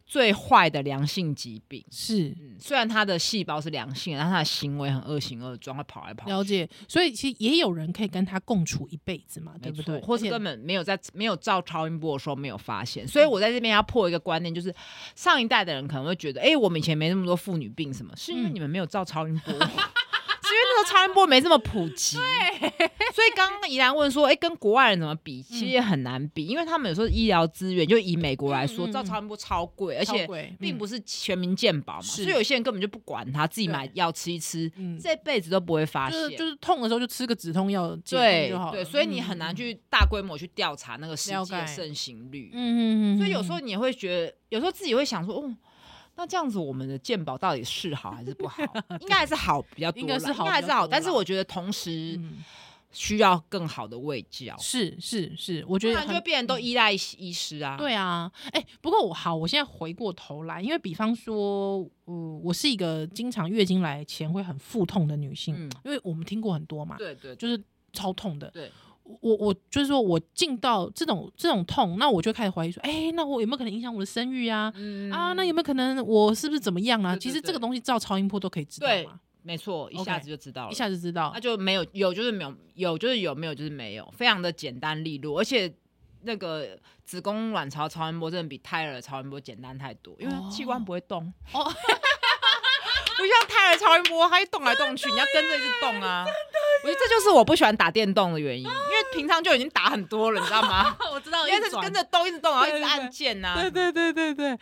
Speaker 2: 最坏的良性疾病。
Speaker 1: 是
Speaker 2: 嗯，虽然它的细胞是良性的，但它的行为很恶行恶状，会跑来跑去，
Speaker 1: 了解。所以其实也有人可以跟他共处一辈子嘛，对
Speaker 2: 没
Speaker 1: 不
Speaker 2: 错
Speaker 1: 对？
Speaker 2: 或
Speaker 1: 而
Speaker 2: 是
Speaker 1: 且
Speaker 2: 根本没有在没有照超音波的时候没有发现。所以我在这边要破一个观念，就是上一代的人可能会觉得，哎、我们以前没那么多妇女病什么，是因为
Speaker 1: 嗯
Speaker 2: 你们没有照超音波。 是因为那时候超音波没这么普及，所以刚刚怡然问说，哎、跟国外人怎么比？其实也很难比，因为他们有时候医疗资源，就以美国来
Speaker 1: 嗯
Speaker 2: 说，
Speaker 1: 嗯嗯
Speaker 2: 照超音波超贵，而且并不
Speaker 1: 是
Speaker 2: 是全民健保嘛，
Speaker 1: 是
Speaker 2: 所以有些人根本就不管它，自己
Speaker 1: 对
Speaker 2: 买药吃一吃，
Speaker 1: 嗯，
Speaker 2: 这辈子都不会发
Speaker 1: 就
Speaker 2: 现。
Speaker 1: 是就是痛的时候就吃个止痛药解
Speaker 2: 对
Speaker 1: 痛就好了。
Speaker 2: 对，所以你
Speaker 1: 嗯
Speaker 2: 很难。去大规模去调查那个实
Speaker 1: 了
Speaker 2: 际的
Speaker 1: 解
Speaker 2: 盛行率。
Speaker 1: 嗯嗯嗯嗯，
Speaker 2: 所以有时候
Speaker 1: 嗯
Speaker 2: 你也会觉得，有时候自己会想说，哦，那这样子我们的健保到底是好还是不好？应该还是好比较多啦，
Speaker 1: 应该是好
Speaker 2: 还是
Speaker 1: 比较
Speaker 2: 好。
Speaker 1: 多
Speaker 2: 但是
Speaker 1: 啦
Speaker 2: 我觉得同时
Speaker 1: 嗯
Speaker 2: 需要更好的卫教，
Speaker 1: 是是是，我
Speaker 2: 不
Speaker 1: 觉得
Speaker 2: 然就
Speaker 1: 很嗯
Speaker 2: 变成都依赖医师啊。
Speaker 1: 对啊，哎、不过我好，我现在回过头来，因为比方说，呃，我是一个经常月经来前会很腹痛的女性，
Speaker 2: 嗯，
Speaker 1: 因为我们听过很多嘛，
Speaker 2: 对对，
Speaker 1: 就
Speaker 2: 就
Speaker 1: 是超痛的。
Speaker 2: 对
Speaker 1: 我，我我就是说我进到这种这种痛，那我就开始怀疑说，哎、那我有没有可能影响我的生育啊？
Speaker 2: 嗯
Speaker 1: 啊，那有没有可能我是不是怎么样啊？
Speaker 2: 对
Speaker 1: 其
Speaker 2: 对
Speaker 1: 实这个
Speaker 2: 对
Speaker 1: 东西照超音波都可以知道
Speaker 2: 对
Speaker 1: 嘛，
Speaker 2: 没错，一
Speaker 1: OK，
Speaker 2: 下子就知道了，
Speaker 1: 一下就知道
Speaker 2: 那。就没有，有就是没有，有就是有，没有就是没有，非常的简单利落，而且那个子宫卵巢超音波真的比胎儿的超音波简单太多，因为它器官不会动
Speaker 1: 哦
Speaker 2: 哦， 不像胎儿超音波，它一动来动去，你要跟着一直动啊。我觉得这就是我不喜欢打电动的原因，因为平常就已经打很多啊了，你知道 吗？
Speaker 1: 我知道
Speaker 2: 因为它是跟着动，一直动，然后一
Speaker 1: 对
Speaker 2: 直
Speaker 1: 对对
Speaker 2: 按键呐、
Speaker 1: 对对对对对，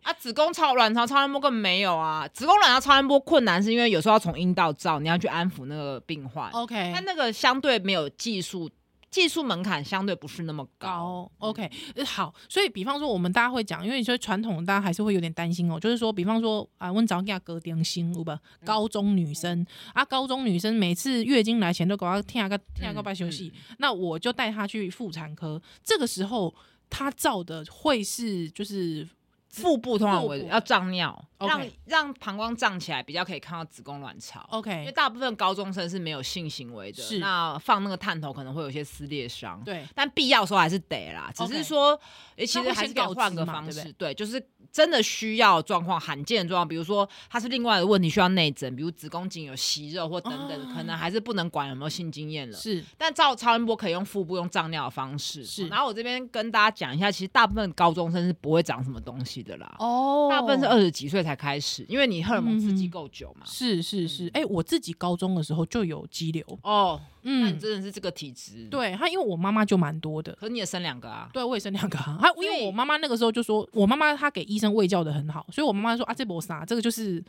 Speaker 2: 啊，子宫超卵巢超音波根本没有啊，子宫卵巢超音波困难是因为有时候要从阴道照，你要去安抚那个病患。
Speaker 1: ，OK，
Speaker 2: 它那个相对没有技术，技术门槛相对不是那么高。
Speaker 1: 高，OK，呃好，所以比方说我们大家会讲，因为你说传统，大家还是会有点担心哦，就是说，比方说啊，问早给她割点心，有吧？
Speaker 2: 嗯
Speaker 1: 高中女生啊，高中女生每次月经来前都给她听下个听下个拜
Speaker 2: 嗯
Speaker 1: 休息，那我就带她去妇产科，这个时候她照的会是就是
Speaker 2: 腹部通常我
Speaker 1: 腹部
Speaker 2: 要胀尿，
Speaker 1: OK
Speaker 2: 让让膀胱胀起来，比较可以看到子宫卵巢。因为
Speaker 1: OK，
Speaker 2: 大部分高中生是没有性行为的
Speaker 1: 哦是，
Speaker 2: 那放那个探头可能会有一些撕裂伤。
Speaker 1: 对，
Speaker 2: 但必要的时候还是得啦，只
Speaker 1: OK
Speaker 2: 是说，诶其
Speaker 1: 那会
Speaker 2: 实还
Speaker 1: 先
Speaker 2: 是可以
Speaker 1: 告知
Speaker 2: 换个
Speaker 1: 嘛
Speaker 2: 方
Speaker 1: 对不
Speaker 2: 式，
Speaker 1: 对
Speaker 2: 对，就是真的需要状况，罕见的状况，比如说它是另外的问题需要内诊，比如子宫颈有息肉或等等，
Speaker 1: 哦
Speaker 2: 可能还是不能管有没有性经验了。
Speaker 1: 是
Speaker 2: 但照超音波可以用腹部用胀尿的方式。
Speaker 1: 是
Speaker 2: 然后我这边跟大家讲一下，其实大部分高中生是不会长什么东西的啦，
Speaker 1: 哦
Speaker 2: 大部分是二十几岁才开始，因为你荷尔蒙刺激
Speaker 1: 嗯
Speaker 2: 够久嘛。
Speaker 1: 是是是，
Speaker 2: 嗯
Speaker 1: 哎、我自己高中的时候就有肌瘤，
Speaker 2: 哦，那你
Speaker 1: 嗯，
Speaker 2: 真的是这个体质。，
Speaker 1: 对，他因为我妈妈就蛮多的。
Speaker 2: 可是你也生两个啊。
Speaker 1: 对，我也生两个啊。她因
Speaker 2: 所以
Speaker 1: 为我妈妈那个时候就说，我妈妈她给医生喂教的很好，所以我妈妈说啊，这没啥，这个就是，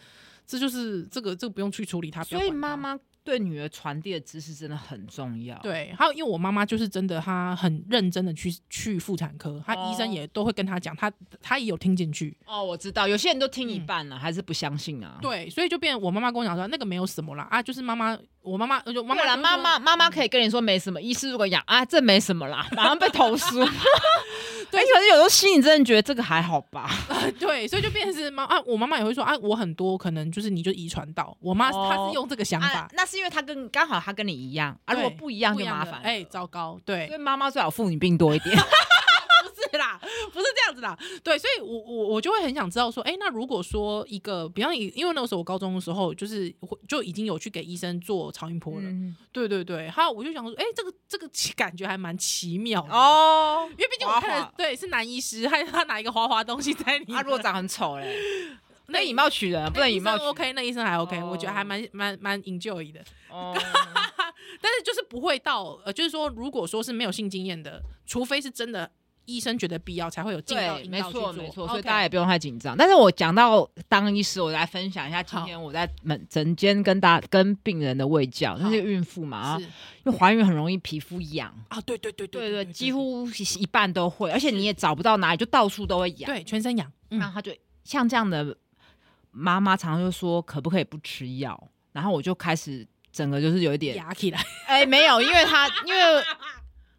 Speaker 1: 这就是这个这个不用去处理它。啊不要
Speaker 2: 所以
Speaker 1: 管它
Speaker 2: 妈妈对女儿传递的知识真的很重要。，
Speaker 1: 对，还有因为我妈妈就是真的，她很认真的去去妇产科，她医生
Speaker 2: 哦
Speaker 1: 也都会跟她讲，她她也有听进去。
Speaker 2: 哦，我知道，有些人都听一半了、还是不相信啊。
Speaker 1: 嗯对，所以就变我妈妈跟我讲说，那个没有什么啦，啊，就是妈妈，我妈妈就妈妈
Speaker 2: 对啦，
Speaker 1: 就
Speaker 2: 妈
Speaker 1: 说嗯
Speaker 2: 妈妈妈可以跟你说没什么，医师如果讲啊，这没什么啦，马上被投 诉。对，可是有时候心里真的觉得这个还好吧。
Speaker 1: 呃对，所以就变成是妈啊，我妈妈也会说啊，我很多可能就是你就遗传到我妈，
Speaker 2: 哦
Speaker 1: 她是用这个想
Speaker 2: 啊
Speaker 1: 法，，
Speaker 2: 那是因为他跟刚好他跟你一样啊，如
Speaker 1: 对
Speaker 2: 果不一样
Speaker 1: 不
Speaker 2: 就
Speaker 1: 一
Speaker 2: 麻
Speaker 1: 样
Speaker 2: 烦
Speaker 1: 的
Speaker 2: 了。
Speaker 1: 哎，糟糕，对
Speaker 2: 所，以妈妈最好妇女病 多一点。
Speaker 1: 不是啦，不是这样子啦，对，所以我我我就会很想知道说，哎、那如果说一个，比方以，因为那个时候我高中的时候，就是会就已经有去给医生做超音波了，
Speaker 2: 嗯
Speaker 1: 对对对，还有我就想说，哎、这个这个奇感觉还蛮奇妙的，
Speaker 2: 哦，
Speaker 1: 因为毕竟我看
Speaker 2: 花
Speaker 1: 的
Speaker 2: 花
Speaker 1: 对是男医师，还他拿一个花花东西在你，
Speaker 2: 他啊如果长很丑嘞，那
Speaker 1: 那
Speaker 2: 以貌取人啊，不能以
Speaker 1: 医
Speaker 2: 貌
Speaker 1: 生
Speaker 2: 取人。
Speaker 1: OK，那医生还 OK，、我觉得还
Speaker 2: 哦
Speaker 1: 蛮蛮蛮 enjoy 的，
Speaker 2: 哦，
Speaker 1: 但是就是不会到呃，就是说如果说是没有性经验的，除非是真的。医生觉得必要才会有进到
Speaker 2: 对，
Speaker 1: 引
Speaker 2: 没
Speaker 1: 导去
Speaker 2: 错
Speaker 1: 做，
Speaker 2: 没错，所以
Speaker 1: OK
Speaker 2: 大家也不用太紧张。但是我讲到当医师，我来分享一下今
Speaker 1: 好
Speaker 2: 天我在门诊间跟大跟病人的喂教，那
Speaker 1: 好
Speaker 2: 些孕妇嘛，啊
Speaker 1: 是
Speaker 2: 因为怀孕很容易皮肤痒，
Speaker 1: 啊，对对对
Speaker 2: 对
Speaker 1: 对
Speaker 2: 对，几乎一半都会，而且你也找不到哪里，就到处都会痒。
Speaker 1: 对全身痒，嗯
Speaker 2: 那他就像这样的妈妈，常常就说可不可以不吃药？然后我就开始整个就是有一点，
Speaker 1: 痒起来，
Speaker 2: 哎、没有，因为他因为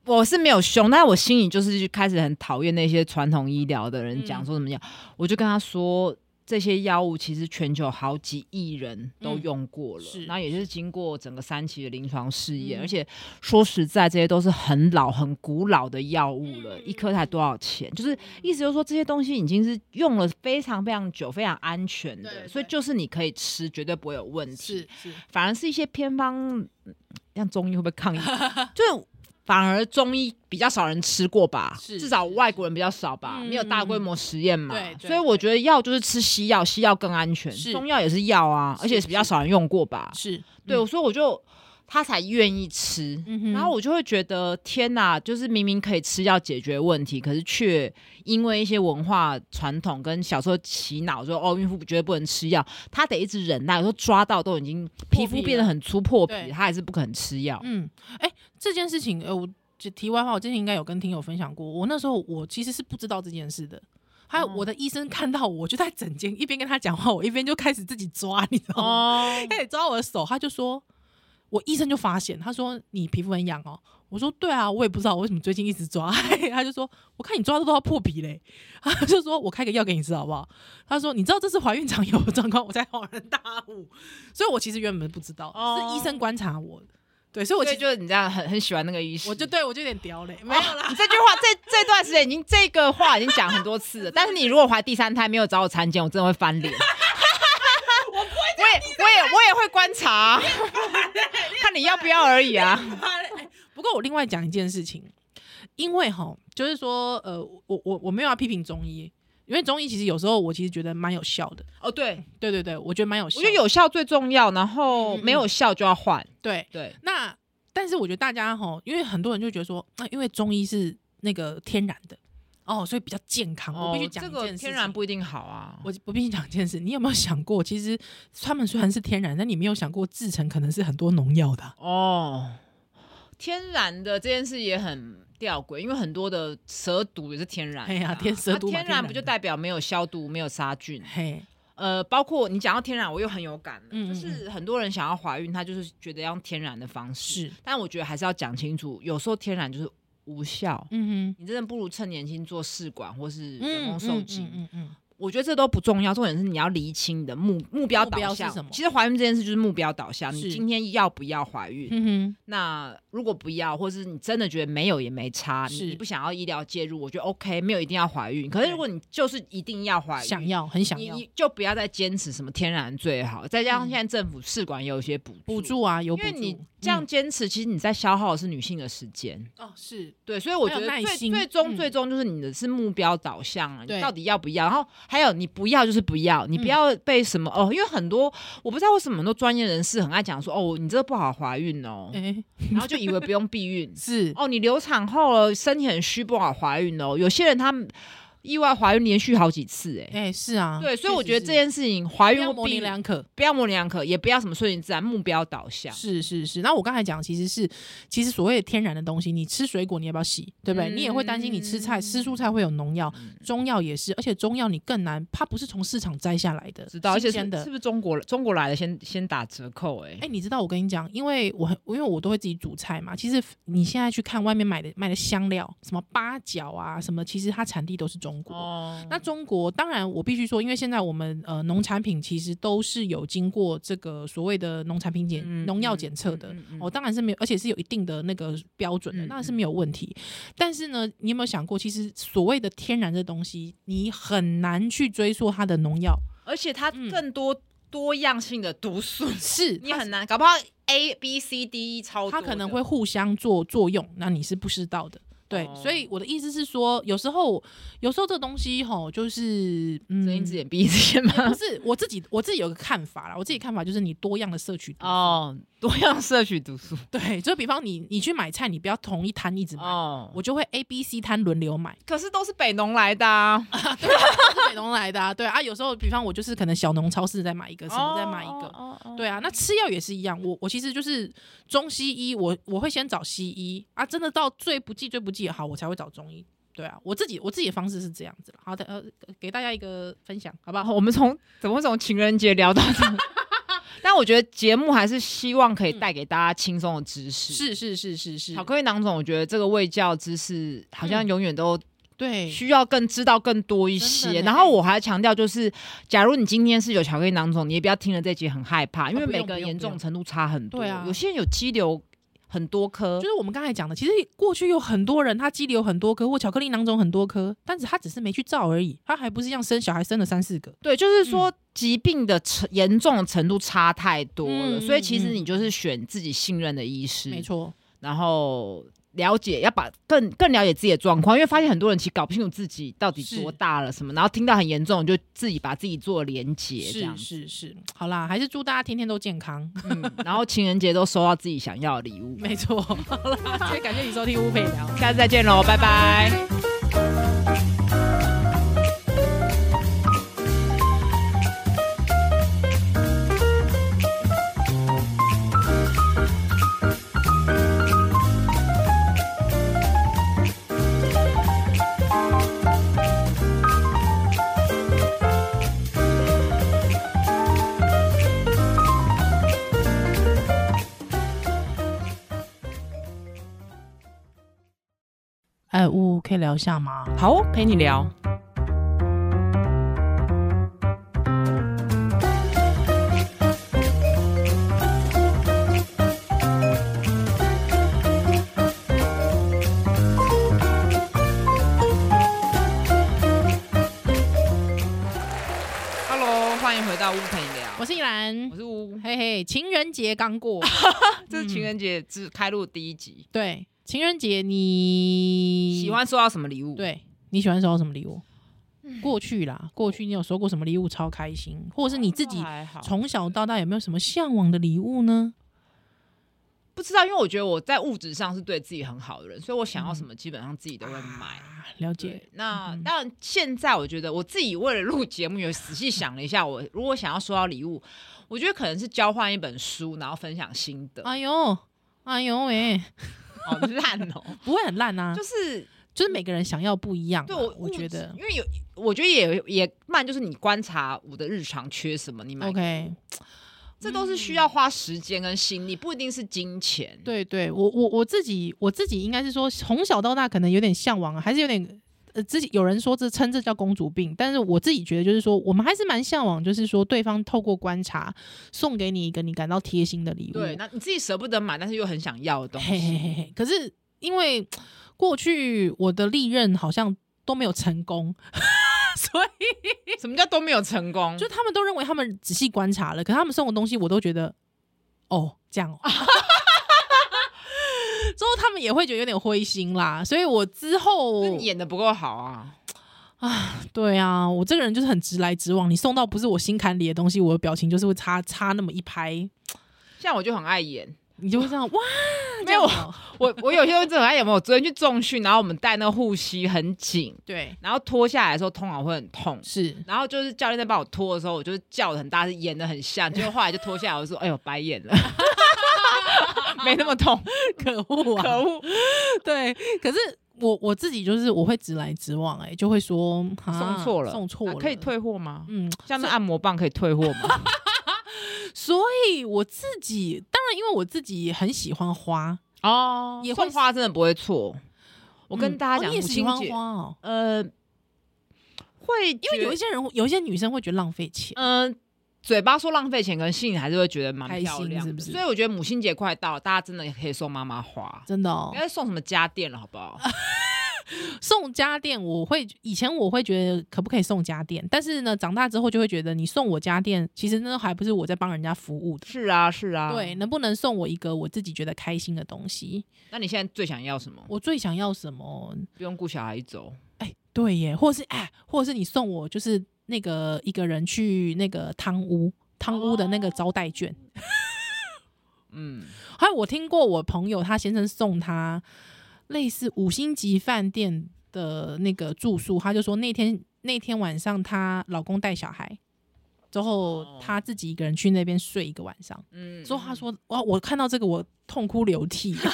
Speaker 2: 我是没有凶，但是我心里就是开始很讨厌那些传统医疗的人
Speaker 1: 嗯
Speaker 2: 讲说什么药，我就跟他说。这些药物其实全球好几亿人都
Speaker 1: 嗯
Speaker 2: 用过了，
Speaker 1: 是
Speaker 2: 然后也就是经过整个三期的临床试
Speaker 1: 嗯
Speaker 2: 验，而且说实在，这些都是很老、很古老的药物了，
Speaker 1: 嗯
Speaker 2: 一颗才多少钱？就是意思就是说，这些东西已经是用了非常非常久、非常安全的，
Speaker 1: 对
Speaker 2: 所以
Speaker 1: 对
Speaker 2: 就是你可以吃，绝对不会有问题。
Speaker 1: 是是，
Speaker 2: 反而是一些偏方，嗯像中医会不会抗议？ 就是反而中医比较少人吃过吧，
Speaker 1: 是
Speaker 2: 至少外国人比较少吧，
Speaker 1: 嗯
Speaker 2: 没有大规模实验嘛。
Speaker 1: 对对
Speaker 2: 所以我觉得药就是吃西药，西药更安全，
Speaker 1: 是
Speaker 2: 中药也是药啊，
Speaker 1: 是
Speaker 2: 而且是比较少人用过吧。
Speaker 1: 是，
Speaker 2: 对，
Speaker 1: 嗯，
Speaker 2: 所以我就他才愿意吃。
Speaker 1: 嗯哼
Speaker 2: 然后我就会觉得天哪，就是明明可以吃药解决问题，可是却因为一些文化传统跟小时候洗脑说哦，孕妇绝对不能吃药，她得一直忍耐，有时候抓到都已经皮肤
Speaker 1: 皮了
Speaker 2: 变得很粗破皮，
Speaker 1: 对
Speaker 2: 她还是不肯吃药。
Speaker 1: 嗯，哎、这件事情，呃，我这题外话，我之前应该有跟听友分享过，我那时候我其实是不知道这件事的。还有
Speaker 2: 哦
Speaker 1: 我的医生看到我，我就在整间一边跟他讲话，我一边就开始自己抓，你知道吗？
Speaker 2: 哦，
Speaker 1: 开始抓我的手，他就说，我医生就发现，他说你皮肤很痒哦。我说对啊，我也不知道我为什么最近一直抓。 他就说，我看你抓的都要破皮嘞。他就说我开个药给你吃好不好？他说你知道这是怀孕常有的状况，我才恍然大悟。所以我其实原本不知道，
Speaker 2: 哦
Speaker 1: 是医生观察我。对，所以我
Speaker 2: 我
Speaker 1: 其
Speaker 2: 就哦
Speaker 1: 实
Speaker 2: 就是你这样很很喜欢那个医师，
Speaker 1: 我就对我就有点屌嘞，没
Speaker 2: 没
Speaker 1: 有
Speaker 2: 有啦。你这句话这这段时间已经这个话已经讲很多次了，但是你如果怀第三胎没有找我产检，我真的会翻 脸。我也我也我也会观察啊， 看你要不要而已啊。
Speaker 1: 他嘞哎不过我另外讲一件事情，因为哈，就是说，呃，我我我没有要批评中医，因为中医其实有时候我其实觉得蛮有效的，
Speaker 2: 哦，对，
Speaker 1: 对对对，我觉得蛮有效
Speaker 2: 我
Speaker 1: 的，
Speaker 2: 觉得有效最重要，然后
Speaker 1: 嗯嗯
Speaker 2: 没有效就要换。
Speaker 1: 对。
Speaker 2: 对，
Speaker 1: 那但是我觉得大家哈，因为很多人就觉得说，那、因为中医是那个天然的哦，所以比较健康。我必须哦讲
Speaker 2: 哦这
Speaker 1: 一
Speaker 2: 个
Speaker 1: 件事情
Speaker 2: 天然不一定好啊。
Speaker 1: 我我必须讲一件事，你有没有想过，其实他们虽然是天然，但你没有想过制成可能是很多农药的啊、
Speaker 2: 哦，天然的这件事也很吊诡，因为很多的蛇毒也是天然的啊。
Speaker 1: 哎呀天蛇毒嘛
Speaker 2: 啊天然不
Speaker 1: 天然
Speaker 2: 就
Speaker 1: 的
Speaker 2: 代表没有消毒、没有杀菌？
Speaker 1: 嘿，
Speaker 2: 呃，包括你讲到天然，我又很有感了，
Speaker 1: 嗯
Speaker 2: 就
Speaker 1: 嗯
Speaker 2: 是很多人想要怀孕，他就是觉得要用天然的方式，
Speaker 1: 是，
Speaker 2: 但我觉得还是要讲清楚，有时候天然就是无效。
Speaker 1: 嗯哼，
Speaker 2: 你真的不如趁年轻做试管或是人
Speaker 1: 嗯
Speaker 2: 工
Speaker 1: 嗯
Speaker 2: 受精，
Speaker 1: 嗯嗯嗯
Speaker 2: 我觉得这都不重要，重点是你要厘清你的目目标
Speaker 1: 目标
Speaker 2: 导
Speaker 1: 是
Speaker 2: 向
Speaker 1: 什么
Speaker 2: 其实怀孕这件事就是目标导向，你
Speaker 1: 是
Speaker 2: 今天要不要怀孕？
Speaker 1: 嗯哼，
Speaker 2: 那如果不要，或是你真的觉得没有也没差，你
Speaker 1: 是
Speaker 2: 你不想要医疗介入，我觉得 OK，没有一定要怀孕。可是
Speaker 1: 对
Speaker 2: 如果你就是一定要怀孕，
Speaker 1: 想要很想
Speaker 2: 啊你
Speaker 1: 要
Speaker 2: 你就不要再坚持什么天然最好，再加上
Speaker 1: 嗯
Speaker 2: 现在政府试管也有一些补
Speaker 1: 补，助啊，有
Speaker 2: 因
Speaker 1: 补
Speaker 2: 为你
Speaker 1: 助，嗯
Speaker 2: 这样坚持，其实你在消耗的是女性的时间。
Speaker 1: 哦，是
Speaker 2: 对，所以我觉得
Speaker 1: 还有耐
Speaker 2: 最
Speaker 1: 心
Speaker 2: 最终
Speaker 1: 嗯
Speaker 2: 最终就是你的是目标导向啊，
Speaker 1: 对
Speaker 2: 你到底要不要？然后还有你不要就是不要，你
Speaker 1: 嗯
Speaker 2: 不要被什么、哦，因为很多我不知道为什么很多专业人士很爱讲说哦，你这个不好怀孕哦，
Speaker 1: 哎、。
Speaker 2: 然后就以为不用避孕
Speaker 1: 是
Speaker 2: 哦，你流产后了，身体很虚，不好怀孕哦。有些人他们意外怀孕连续好几次、哎、
Speaker 1: 哎、是啊，
Speaker 2: 对，所以我觉得这
Speaker 1: 些
Speaker 2: 件事情，怀
Speaker 1: 不
Speaker 2: 孕
Speaker 1: 要
Speaker 2: 或
Speaker 1: 哎模
Speaker 2: 避
Speaker 1: 棱
Speaker 2: 孕
Speaker 1: 两可。
Speaker 2: 不要模棱两可，也不要什么顺其自然，目标导向。
Speaker 1: 是是是，那我刚才讲其实是，其实所谓的天然的东西，你吃水果你要不要洗，对不对？你也会担心你吃菜吃蔬菜会有农药，
Speaker 2: 嗯
Speaker 1: 中药也是，而且中药你更难，它不是从市场摘下来的，
Speaker 2: 知道，而且
Speaker 1: 新
Speaker 2: 是
Speaker 1: 鲜的
Speaker 2: 是不。是中国中国来的先先打折扣、哎、
Speaker 1: 哎、你知道我跟你讲，因为我很，因为我都会自己煮菜嘛。其实你现在去看外面买的卖的香料，什么八角啊，什么，其实它产地都是中国。
Speaker 2: 哦，
Speaker 1: 那中国当然，我必须说，因为现在我们呃农产品其实都是有经过这个所谓的农产品检、
Speaker 2: 嗯
Speaker 1: 农药检测的。
Speaker 2: 嗯嗯嗯
Speaker 1: 哦，当然是没有，而且是有一定的那个标准的，
Speaker 2: 嗯
Speaker 1: 那是没有问题。但是呢，你有没有想过，其实所谓的天然的东西，你很难去追溯它的农药，
Speaker 2: 而且它
Speaker 1: 嗯
Speaker 2: 更多、多样性的毒素，
Speaker 1: 是
Speaker 2: 你
Speaker 1: 它
Speaker 2: 很难，搞不好 A B C D E 超多
Speaker 1: 它
Speaker 2: 的，
Speaker 1: 可能会互相做作用，那你是不知道的。对，
Speaker 2: 哦
Speaker 1: 所以我的意思是说，有时候，有时候这东西吼，就是嗯，
Speaker 2: 睁一只眼闭一只眼吗？
Speaker 1: 不是我自己，我自己有个看法啦。我自己看法就是，你多样的摄取毒素，
Speaker 2: 哦，多样摄取毒素
Speaker 1: 对，就比方你你去买菜，你不要同一摊一直买，
Speaker 2: 哦，
Speaker 1: 我就会 A、B、C 摊轮流买，
Speaker 2: 可是都是北农来的、啊，
Speaker 1: 是美农来的啊，对啊。有时候，比方我就是可能小农超市再买一个，什么再买一个，
Speaker 2: 哦哦哦
Speaker 1: 对啊。那吃药也是一样，我我其实就是中西医，我我会先找西医啊，真的到最不济最不济也好，我才会找中医。对啊，我自己我自己的方式是这样子啦好的，呃，给大家一个分享，好不
Speaker 2: 然
Speaker 1: 好？
Speaker 2: 后我们从怎么会从情人节聊到这个？ 但我觉得节目还是希望可以带给大家轻松的知识。
Speaker 1: 是是是是是
Speaker 2: 巧，克力囊总，我觉得这个卫教知识好像
Speaker 1: 嗯
Speaker 2: 永远都
Speaker 1: 对，
Speaker 2: 需要更知道更多一
Speaker 1: 真的
Speaker 2: 些。
Speaker 1: 呢
Speaker 2: 然后我还强调，就是假如你今天是有巧克力囊肿，你也不要听了这集很害怕，因为
Speaker 1: 啊不用
Speaker 2: 每个
Speaker 1: 不
Speaker 2: 人
Speaker 1: 用
Speaker 2: 严
Speaker 1: 不
Speaker 2: 重
Speaker 1: 用
Speaker 2: 程度差很多。
Speaker 1: 对啊
Speaker 2: 有些人有肌瘤很多颗
Speaker 1: 就，是我们刚才讲的，其实过去有很多人，他肌瘤很多颗，或巧克力囊肿很多颗，但是他只是没去照而已，他还不是一样生小孩生了三四个。
Speaker 2: 对，就是
Speaker 1: 嗯
Speaker 2: 说疾病的程严重的程度差太多了，
Speaker 1: 嗯
Speaker 2: 所以其实
Speaker 1: 嗯嗯
Speaker 2: 你就是选自己信任的医师，
Speaker 1: 没错，
Speaker 2: 然后了解，要把更更了解自己的状况，因为发现很多人其实搞不清楚自己到底
Speaker 1: 是
Speaker 2: 多大了什么，然后听到很严重，就自己把自己做连结这
Speaker 1: 是
Speaker 2: 样。
Speaker 1: 是是，好啦，还是祝大家天天都健康。
Speaker 2: 嗯，然后情人节都收到自己想要的礼物。
Speaker 1: 没错，好啦，今天感谢你收听乌佩聊。
Speaker 2: 下次再见喽，拜拜。
Speaker 1: 哎，乌可以聊一下吗？
Speaker 2: 好哦，陪你聊。Hello，欢迎回到屋陪你聊，
Speaker 1: 我是依兰
Speaker 2: 我，是屋，
Speaker 1: 嘿嘿，情人节刚过，
Speaker 2: 这是情人节之开录第一集。
Speaker 1: 对，情人节你
Speaker 2: 喜？欢收到什么礼物？，
Speaker 1: 对，你喜欢收到什么礼物？过去啦，过去你有收过什么礼物超开心，或者是你自己
Speaker 2: 哦还好。
Speaker 1: 从小到大有没有什么向往的礼物呢？
Speaker 2: 不知道，因为我觉得我在物质上是对自己很好的人，所以我想要什么基本上自己都会买。
Speaker 1: 嗯啊，嗯了解
Speaker 2: 对，那当然现在我觉得我自己为了录节目，有仔细想了一下，我如果想要收到礼物，我觉得可能是交换一本书，然后分享心 得。
Speaker 1: 哎呦，哎呦喂、
Speaker 2: 哦，烂哦，
Speaker 1: 不会很烂啊，就
Speaker 2: 就是
Speaker 1: 是每个人想要不一样啊。
Speaker 2: 对我
Speaker 1: 我觉
Speaker 2: 物质
Speaker 1: 得
Speaker 2: 因为有，我觉得也也慢，就是你观察我的日常缺什么，你买
Speaker 1: OK，嗯
Speaker 2: 这都是需要花时间跟心力，不一定是金钱。
Speaker 1: 对对，我我我自己我自己应该是说，从小到大可能有点向往啊，还是有点。呃，自己有人说这称这叫公主病，但是我自己觉得就是说，我们还是蛮向往，就是说对方透过观察送给你一个你感到贴心的礼物。
Speaker 2: 对，那你自己舍不得买，但是又很想要的东
Speaker 1: 嘿嘿
Speaker 2: 西。
Speaker 1: 嘿嘿，可是因为过去我的历任好像都没有成功，所以
Speaker 2: 什么叫都没有成功？
Speaker 1: 就他们都认为他们仔细观察了，可他们送的东西我都觉得，哦，这样哦， 之后他们也会觉得有点灰心啦。所以我之后
Speaker 2: 那你演的不够好啊。
Speaker 1: 对啊，我这个人就是很直来直往，你送到不是我心坎里的东西，我的表情就是会差差那么一拍，
Speaker 2: 像我就很爱演，
Speaker 1: 你就会这样哇，
Speaker 2: 没有
Speaker 1: 这样哦
Speaker 2: 我我有些会真的很爱演。我昨天去重训，然后我们带那个护膝很紧，
Speaker 1: 对
Speaker 2: 然后脱下来的时候通常会很痛。
Speaker 1: 是。
Speaker 2: 然后就是教练在帮我脱的时候，我就是叫的很大声，演的很像，结果后来就脱下来，我就说：“哎呦，白演了， 没那么痛。
Speaker 1: 可恶”
Speaker 2: 可
Speaker 1: 啊！
Speaker 2: 恶，
Speaker 1: 对，可是我我自己就是我会直来直往、欸，哎，就会说哈
Speaker 2: 送错了，
Speaker 1: 送错了、
Speaker 2: 啊可以。退货吗？
Speaker 1: 嗯，
Speaker 2: 像那按摩棒可以退货吗？
Speaker 1: 所以我自己当然，因为我自己很喜欢花，
Speaker 2: 哦，
Speaker 1: 也会
Speaker 2: 送花真的不会错。我跟
Speaker 1: 嗯
Speaker 2: 大家
Speaker 1: 哦
Speaker 2: 讲，
Speaker 1: 你也
Speaker 2: 母
Speaker 1: 喜
Speaker 2: 亲
Speaker 1: 欢
Speaker 2: 节，
Speaker 1: 花哦，
Speaker 2: 呃，会因
Speaker 1: 因为有一些人，有一些女生会觉得浪费钱，
Speaker 2: 嗯、嘴巴说浪费钱，可能心里还是会觉得蛮
Speaker 1: 开
Speaker 2: 漂
Speaker 1: 心
Speaker 2: 亮
Speaker 1: 是
Speaker 2: 的。
Speaker 1: 不是
Speaker 2: 所以我觉得母亲节快到了，大家真的可以送妈妈花，
Speaker 1: 真的哦
Speaker 2: 不。要再送什么家电了，好 不好？
Speaker 1: 送家电，我会以前我会觉得可不可以送家电，但是呢，长大之后就会觉得你送我家电，其实那还不是我在帮人家服务的。
Speaker 2: 是啊，是啊。
Speaker 1: 对，，能不能送我一个我自己觉得开心的东西？
Speaker 2: 那你现在最想要什么？
Speaker 1: 我最想要什么？
Speaker 2: 不用顾小孩一周，
Speaker 1: 哎，对耶，或是哎，或者是你送我就是那个一个人去那个汤屋。汤屋的那个招待券，
Speaker 2: 嗯，
Speaker 1: 还有我听过我朋友他先生送他类似五星级饭店的那个住宿，他就说那天那天晚上她老公带小孩，之后
Speaker 2: 哦
Speaker 1: 她自己一个人去那边睡一个晚上，
Speaker 2: 嗯，
Speaker 1: 之后他说哇，我看到这个我痛哭流涕，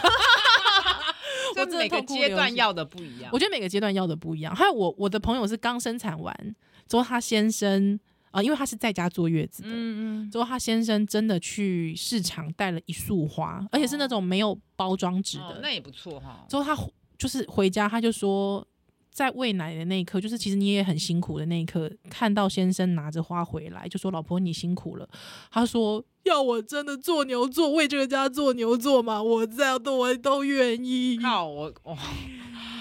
Speaker 2: 这
Speaker 1: 真的
Speaker 2: 每个
Speaker 1: 痛哭
Speaker 2: 阶
Speaker 1: 流
Speaker 2: 段
Speaker 1: 涕
Speaker 2: 要的不一样。
Speaker 1: 我觉得每个阶段要的不一样。还有我我的朋友是刚生产完之后，她先生啊、呃因为她是在家坐月子的，
Speaker 2: 嗯嗯，
Speaker 1: 之后她先生真的去市场带了一束花，而且是那种没有包装纸
Speaker 2: 哦
Speaker 1: 的。
Speaker 2: 那也不错哈。
Speaker 1: 之后她就是回家，她就说。在喂奶的那一刻，就是其实你也很辛苦的那一刻，看到先生拿着花回来，就说：“老婆，你辛苦了。”他说：“要我真的做牛做，为这个家做牛做马，我这样都我都愿意。
Speaker 2: 靠我哦，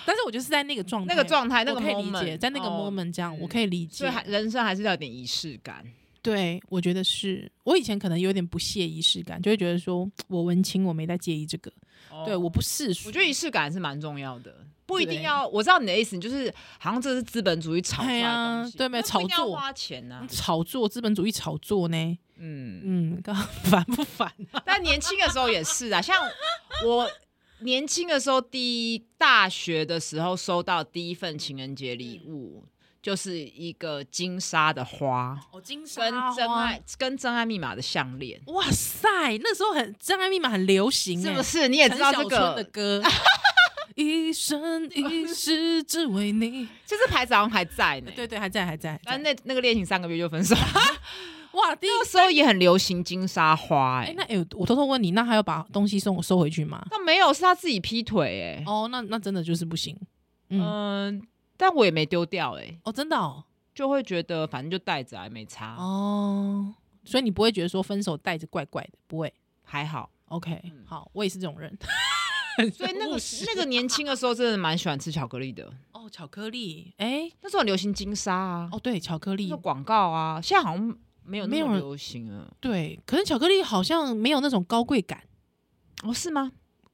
Speaker 1: 但是我就是在那个状态，
Speaker 2: 那个状态，那
Speaker 1: 我
Speaker 2: 个
Speaker 1: 可以理
Speaker 2: moment，
Speaker 1: 解，在那个
Speaker 2: 哦
Speaker 1: moment 这样，
Speaker 2: 嗯
Speaker 1: 我可以理
Speaker 2: 所以
Speaker 1: 解。
Speaker 2: 还人生还是要有点仪式感。
Speaker 1: 对，我觉得是我以前可能有点不屑仪式感，就会觉得说我文青，我没在介意这个，对，
Speaker 2: 哦
Speaker 1: 我不世俗。
Speaker 2: 我觉得仪式感还是蛮重要的，不一定
Speaker 1: 对
Speaker 2: 要。我知道你的意思，你就是好像这是资本主义炒出来
Speaker 1: 哎
Speaker 2: 的
Speaker 1: 呀
Speaker 2: 东西，
Speaker 1: 对没
Speaker 2: 那不一定
Speaker 1: 炒
Speaker 2: 要
Speaker 1: 作
Speaker 2: 花钱呐。
Speaker 1: 炒作资本主义炒作呢，
Speaker 2: 嗯，
Speaker 1: 嗯，刚烦不烦啊？
Speaker 2: 但年轻的时候也是 啊，像我年轻的时候，第一大学的时候收到第一份情人节礼
Speaker 1: 嗯
Speaker 2: 物，就是一个金沙的花。
Speaker 1: 哦，金
Speaker 2: 跟真爱，跟真爱密码的项链，
Speaker 1: 哇塞，那时候很《真爱密码》很流行、
Speaker 2: 是
Speaker 1: 欸，
Speaker 2: 不是？你也知道这
Speaker 1: 陈小春的
Speaker 2: 个，
Speaker 1: 歌， 一 生一世只为你。
Speaker 2: 就是牌子好像还在呢。
Speaker 1: 对对，还在还在。还
Speaker 2: 但
Speaker 1: 在
Speaker 2: 那那个恋情三个月就分手，
Speaker 1: 哇，第一
Speaker 2: 那个时候也很流行金沙花、
Speaker 1: 哎、
Speaker 2: 哎、
Speaker 1: 那哎、我偷偷问你，那还要把东西送收回去吗？
Speaker 2: 但没有，是他自己劈腿哎、
Speaker 1: 哦，那那真的就是不行。嗯，
Speaker 2: 嗯、但我也没丢掉哎、
Speaker 1: 哦，真的哦，
Speaker 2: 就会觉得反正就带着还啊没差，
Speaker 1: 哦，所以你不会觉得说分手带着怪怪的，不会。
Speaker 2: 还好。
Speaker 1: OK，、
Speaker 2: 嗯
Speaker 1: 好，我也是这种 人。
Speaker 2: 所以那个
Speaker 1: 务实
Speaker 2: 那个年轻的时候真的蛮喜欢吃巧克力的，
Speaker 1: 哦，巧克力，哎、
Speaker 2: 那时候很流行金沙啊，
Speaker 1: 哦，对，巧克
Speaker 2: 那
Speaker 1: 力
Speaker 2: 个，广告啊，现在好像没有
Speaker 1: 没
Speaker 2: 那
Speaker 1: 有
Speaker 2: 么
Speaker 1: 人
Speaker 2: 流行了。
Speaker 1: 对，可是巧克力好像没有那种高贵感，
Speaker 2: 哦，是吗？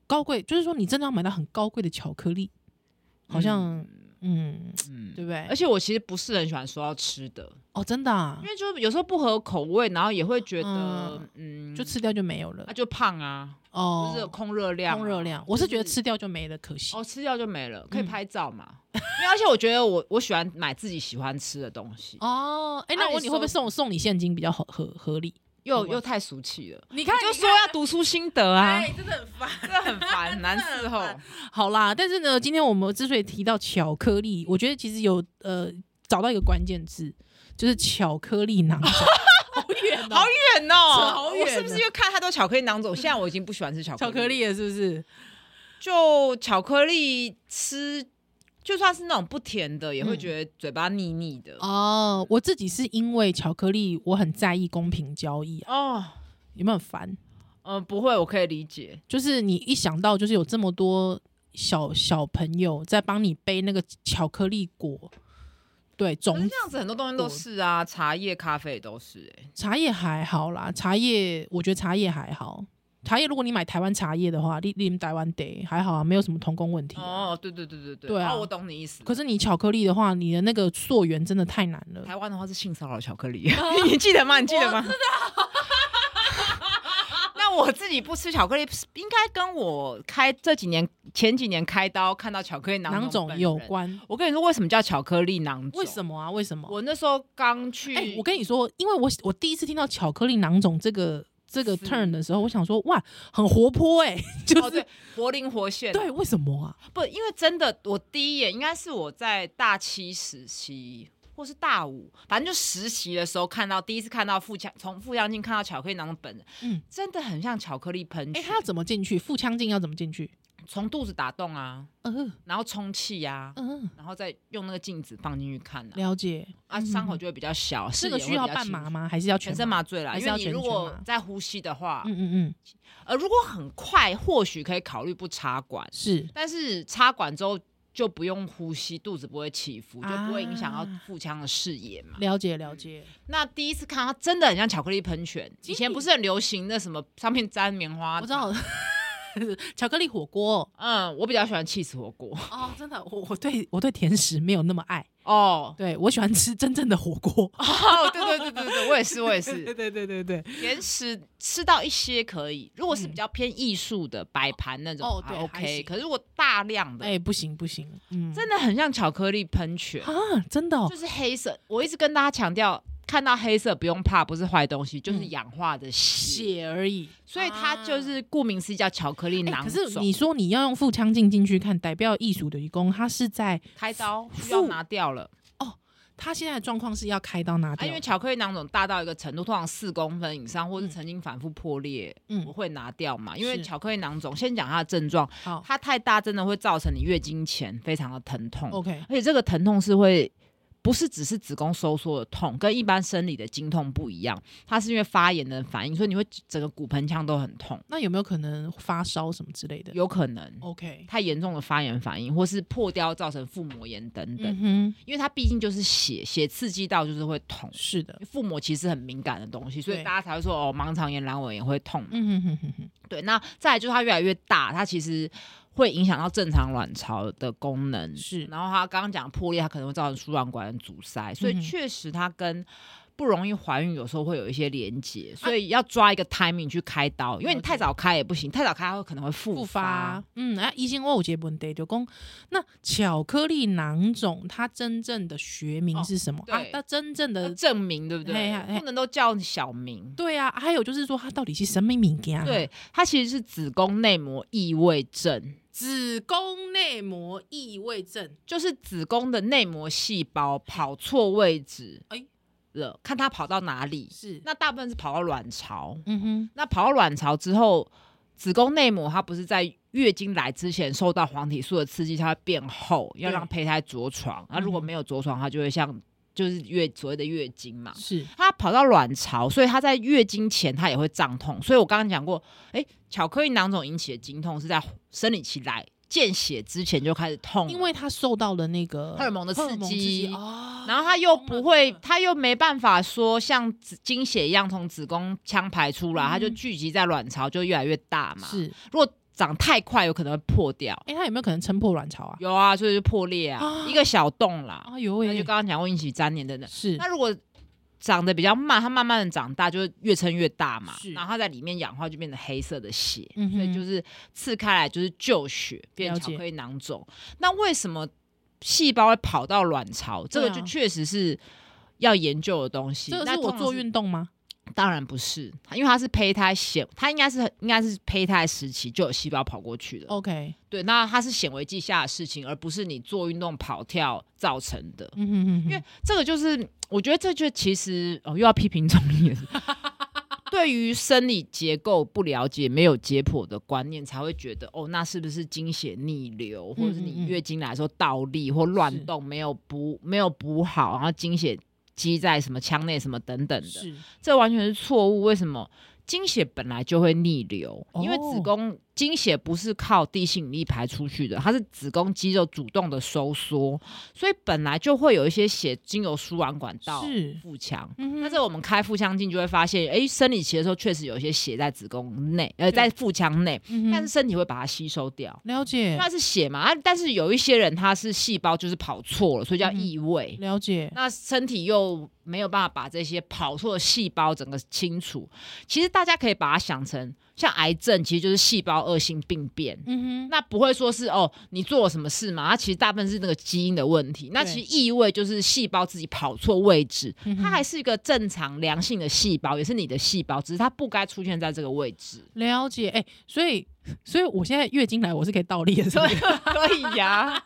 Speaker 1: 高贵就是说你真的要买到很高贵的巧克力，好像嗯
Speaker 2: 嗯
Speaker 1: 对不对
Speaker 2: 而？且我其实不是很喜欢说到吃的，
Speaker 1: 哦，真的、啊
Speaker 2: 因，为就是有时候不合口味，然后也会觉得
Speaker 1: 嗯
Speaker 2: 嗯，
Speaker 1: 就吃掉就没有了
Speaker 2: 啊。就胖啊，
Speaker 1: 哦，
Speaker 2: 就是空热量啊，
Speaker 1: 空热量，我是觉得
Speaker 2: 就是
Speaker 1: 吃掉就没了，可惜。
Speaker 2: 哦，吃掉就没了，可以
Speaker 1: 嗯
Speaker 2: 拍照嘛？ 因为而且我觉得我我喜欢买自己喜欢吃的东西，
Speaker 1: 哦，哎、
Speaker 2: 啊
Speaker 1: 那我
Speaker 2: 你
Speaker 1: 你会不会
Speaker 2: 收
Speaker 1: 送送你现金比较合合合理？
Speaker 2: 又
Speaker 1: 没关
Speaker 2: 又太俗气了。
Speaker 1: 你
Speaker 2: 你
Speaker 1: 看哎
Speaker 2: 就说要读书心得啊，
Speaker 1: 真的很烦。
Speaker 2: 真的很烦，难伺候。
Speaker 1: 好啦，但是呢，今天我们之所以提到巧克力，我觉得其实有呃找到一个关键字，就是巧克力 囊肿，好远
Speaker 2: 好远哦，
Speaker 1: 扯好
Speaker 2: 我
Speaker 1: 远
Speaker 2: 是不是又看太多巧克力囊肿？现在我已经不喜欢吃巧克
Speaker 1: 巧
Speaker 2: 力，
Speaker 1: 克力了是不是？
Speaker 2: 就巧克力吃，就算是那种不甜的，也会
Speaker 1: 嗯
Speaker 2: 觉得嘴巴腻腻的。
Speaker 1: 哦，我自己是因为巧克力，我很在意公平交易啊，
Speaker 2: 哦，
Speaker 1: 有没有很烦？
Speaker 2: 嗯、不会，我可以理解。
Speaker 1: 就是你一想到就是有这么多小小朋友在帮你背那个巧克力果，对
Speaker 2: 可是
Speaker 1: 种
Speaker 2: 这样子很多东西都是啊，茶叶、咖啡也都是、欸。
Speaker 1: 茶叶还好啦，茶叶我觉得茶叶还好，茶叶如果你买台湾茶叶的话，你你们台湾得还好啊，没有什么童工问题。
Speaker 2: 哦，对对对对对，
Speaker 1: 对啊
Speaker 2: 哦我懂你意思。
Speaker 1: 可是你巧克力的话，你的那个溯源真的太难了。
Speaker 2: 台湾的话是性骚扰巧克力， 你记得吗？你记得吗？知道。那我自己不吃巧克力，应该跟我开这几年前几年开刀看到巧克力
Speaker 1: 囊
Speaker 2: 肿
Speaker 1: 肿有
Speaker 2: 关。
Speaker 1: 关，
Speaker 2: 我跟你说，为什么叫巧克力囊肿？
Speaker 1: 为什么啊？为什么？
Speaker 2: 我那时候刚去，
Speaker 1: 哎、我跟你说，因为我我第一次听到巧克力囊肿这个这个
Speaker 2: 是
Speaker 1: turn 的时候，我想说哇，很活泼哎、就
Speaker 2: 哦
Speaker 1: 是、
Speaker 2: 对，活灵活现。
Speaker 1: 对，为什么啊？
Speaker 2: 不，因为真的，我第一眼应该是我在大七时期。或是大五，反正就实习的时候看到，第一次看到腹腔，从腹腔镜看到巧克力囊肿本人，
Speaker 1: 嗯
Speaker 2: 真的很像巧克力喷
Speaker 1: 哎、
Speaker 2: 泉，
Speaker 1: 他要怎么进去？腹腔镜要怎么进去？
Speaker 2: 从肚子打洞啊，
Speaker 1: 嗯、
Speaker 2: 然后充气呀、
Speaker 1: 嗯、
Speaker 2: 然后再用那个镜子放进去看啊，
Speaker 1: 了解。
Speaker 2: 啊，伤口就会比较小，
Speaker 1: 这
Speaker 2: 视
Speaker 1: 个
Speaker 2: 野
Speaker 1: 需
Speaker 2: 会
Speaker 1: 要
Speaker 2: 比较
Speaker 1: 半
Speaker 2: 清
Speaker 1: 麻
Speaker 2: 楚，
Speaker 1: 吗？还是要
Speaker 2: 全
Speaker 1: 全
Speaker 2: 身？麻醉啦，
Speaker 1: 还是
Speaker 2: 因为
Speaker 1: 要
Speaker 2: 你
Speaker 1: 全
Speaker 2: 如
Speaker 1: 全
Speaker 2: 果
Speaker 1: 麻
Speaker 2: 在呼吸的话，
Speaker 1: 嗯嗯嗯，
Speaker 2: 呃，如果很快，或许可以考虑不插管，
Speaker 1: 是
Speaker 2: 但是插管之后就不用呼吸，肚子不会起伏，就
Speaker 1: 啊
Speaker 2: 不会影响到腹腔的视野嘛。
Speaker 1: 了解了解。
Speaker 2: 那第一次看它真的很像巧克力喷泉，
Speaker 1: 其
Speaker 2: 以
Speaker 1: 实
Speaker 2: 前不是很流行那什么上面沾棉花，
Speaker 1: 我知。道， 巧克力火锅
Speaker 2: 嗯，我比较喜欢 cheese 火锅
Speaker 1: 哦，真的，我我对我对甜食没有那么爱，，
Speaker 2: 哦
Speaker 1: 对我喜欢吃真正的火锅。
Speaker 2: 哦，对对对对对，我也是我也
Speaker 1: 对
Speaker 2: 是，
Speaker 1: 对对对对，
Speaker 2: 甜食吃到一些可以，如果是比较偏艺术的摆盘那
Speaker 1: 嗯
Speaker 2: 种，
Speaker 1: 哦
Speaker 2: 还
Speaker 1: 对还
Speaker 2: OK，
Speaker 1: 行
Speaker 2: 可是如果大量的，
Speaker 1: 哎、不行不行，嗯，
Speaker 2: 真的很像巧克力喷泉，
Speaker 1: 啊，真的、哦
Speaker 2: 就，是黑色。我一直跟大家强调，看到黑色不用怕，不是坏东西，就是氧化的血。
Speaker 1: 嗯血而已。啊
Speaker 2: 所以它就是顾名思义叫巧克力
Speaker 1: 哎、
Speaker 2: 囊
Speaker 1: 可
Speaker 2: 肿。
Speaker 1: 是你说你要用腹腔镜进去看，代表艺术的愚公，他是在
Speaker 2: 开刀需要
Speaker 1: 腹
Speaker 2: 拿掉了
Speaker 1: 他现在的状况是要开刀拿
Speaker 2: 啊，
Speaker 1: 掉，
Speaker 2: 因为巧克力囊肿大到一个程度，通常四公分以上，或是曾经反复破裂，我
Speaker 1: 嗯，
Speaker 2: 会拿掉嘛。因为
Speaker 1: 是
Speaker 2: 巧克力囊肿，先讲它的症状，
Speaker 1: 好
Speaker 2: 它太大真的会造成你月经前非常的疼痛，
Speaker 1: ，OK，
Speaker 2: 而且这个疼痛是会。不是只是子宫收缩的痛，跟一般生理的经痛不一样，它是因为发炎的反应，所以你会整个骨盆腔都很痛，
Speaker 1: 那有没有可能发烧什么之类的
Speaker 2: 有可能
Speaker 1: ？OK，
Speaker 2: 太严重的发炎反应，或是破掉造成腹膜炎等等，
Speaker 1: 嗯哼，
Speaker 2: 因为它毕竟就是血，血刺激到就是会痛。
Speaker 1: 是的，
Speaker 2: 腹膜其实很敏感的东西，所以
Speaker 1: 对
Speaker 2: 大家才会说哦，盲肠炎、阑尾炎会痛。
Speaker 1: 嗯哼哼哼哼，
Speaker 2: 对，那再来就是它越来越大，它其实会影响到正常卵巢的功能。
Speaker 1: 是
Speaker 2: 然后它刚刚讲破裂，它可能会造成输卵管的阻塞，所
Speaker 1: 嗯
Speaker 2: 以
Speaker 1: 哼
Speaker 2: 确实它跟不容易怀孕有时候会有一些连结，所以要抓一个 timing 去开刀，因为
Speaker 1: 啊
Speaker 2: 你
Speaker 1: 了解
Speaker 2: 太早开也不行，太早开它会可能会复
Speaker 1: 复
Speaker 2: 发
Speaker 1: 发。，嗯，啊，医生我有一个问题，就讲那巧克力囊肿它真正的学名是什么、
Speaker 2: 哦
Speaker 1: 啊
Speaker 2: 对？
Speaker 1: 它真正
Speaker 2: 要
Speaker 1: 的
Speaker 2: 证明对不
Speaker 1: 嘿
Speaker 2: 对
Speaker 1: 呀？嘿
Speaker 2: 不能都叫小名。
Speaker 1: 对啊，还有就是说它到底是什么啊敏感？
Speaker 2: 对，，它其实是子宫内膜异位症，
Speaker 1: 子宫内膜异位症，
Speaker 2: 就是子宫的内膜细胞跑错位置，哎
Speaker 1: 哎
Speaker 2: 了，看它跑到哪里。
Speaker 1: 是，
Speaker 2: 那大部分是跑到卵巢，
Speaker 1: 嗯哼，
Speaker 2: 那跑到卵巢之后，子宫内膜它不是在月经来之前受到黄体素的刺激，它会变厚，要
Speaker 1: 对
Speaker 2: 让胚胎着床。那如果
Speaker 1: 嗯哼
Speaker 2: 没有着床，它就会像就是月所谓的月经嘛。
Speaker 1: 是，
Speaker 2: 它跑到卵巢，所以它在月经前它也会胀痛。所以我刚刚讲过，哎、巧克力囊肿引起的经痛是在生理期来见血之前就开始痛了，
Speaker 1: 因为它受到了那个
Speaker 2: 荷尔蒙的刺
Speaker 1: 荷尔蒙
Speaker 2: 激
Speaker 1: 哦
Speaker 2: 然后它又不会
Speaker 1: 懂了懂了，
Speaker 2: 它又没办法说像子经血一样从子宫腔排出来，
Speaker 1: 嗯
Speaker 2: 它就聚集在卵巢，就越来越大嘛。，
Speaker 1: 是，
Speaker 2: 如果长太快，有可能会破掉。
Speaker 1: 哎、它有没有可能撑破卵巢啊？
Speaker 2: 有啊，所以就破裂啊，
Speaker 1: 啊
Speaker 2: 一个小洞啦。
Speaker 1: 啊有
Speaker 2: 那
Speaker 1: 喂、
Speaker 2: 就刚刚讲过引起粘连等等。
Speaker 1: 是
Speaker 2: 那如果长得比较慢，它慢慢的长大，就会越撑越大嘛
Speaker 1: 是。
Speaker 2: 然后它在里面氧化，就变成黑色的血，
Speaker 1: 嗯哼
Speaker 2: 所以就是刺开来就是旧血，变
Speaker 1: 了
Speaker 2: 巧
Speaker 1: 解
Speaker 2: 克力囊肿。那为什么细胞会跑到卵巢？这个
Speaker 1: 对啊
Speaker 2: 就确实是。要研究的东西，
Speaker 1: 这个
Speaker 2: 那
Speaker 1: 是我
Speaker 2: 通常
Speaker 1: 做运动吗？
Speaker 2: 当然不是，因为它是胚胎显，它应该是应该是胚胎时期就有细胞跑过去的。
Speaker 1: OK，
Speaker 2: 对，那它是显微镜下的事情，而不是你做运动跑跳造成的。
Speaker 1: 嗯哼哼哼，
Speaker 2: 因为这个就是，我觉得这就其实哦，又要批评中医了。 对于生理结构不了解、没有解剖的观念，才会觉得哦，那是不是经血逆流，或者是你
Speaker 1: 嗯嗯嗯
Speaker 2: 月经来的时候倒立或乱动，没有补没有补好，然后经血积在什么腔内什么等等的，
Speaker 1: 是
Speaker 2: 这完全是错误。为什么？经血本来就会逆流，因为
Speaker 1: 哦
Speaker 2: 子宫经血不是靠地心引力排出去的，它是子宫肌肉主动的收缩，所以本来就会有一些血经由输卵管到
Speaker 1: 是，
Speaker 2: 腹腔。
Speaker 1: 嗯哼
Speaker 2: 但是我们开腹腔镜就会发现，哎，生理期的时候确实有一些血在子宫内，呃，
Speaker 1: 对
Speaker 2: 在腹腔内，
Speaker 1: 嗯哼
Speaker 2: 但是身体会把它吸收掉。
Speaker 1: 了解
Speaker 2: 那是血嘛，啊，但是有一些人他是细胞就是跑错了，所以叫
Speaker 1: 嗯哼
Speaker 2: 异位。
Speaker 1: 了解，
Speaker 2: 那身体又没有办法把这些跑错的细胞整个清除。其实大家可以把它想成，像癌症其实就是细胞恶性病变。
Speaker 1: 嗯哼，
Speaker 2: 那不会说是哦，你做了什么事嘛？它其实大部分是那个基因的问题。那
Speaker 1: 对
Speaker 2: 其实异位就是细胞自己跑错位置，
Speaker 1: 嗯哼
Speaker 2: 它还是一个正常良性的细胞，也是你的细胞，只是它不该出现在这个位 置。
Speaker 1: 了解，哎、所以，所以我现在月经来，我是可以倒立的，是不是
Speaker 2: 可以呀、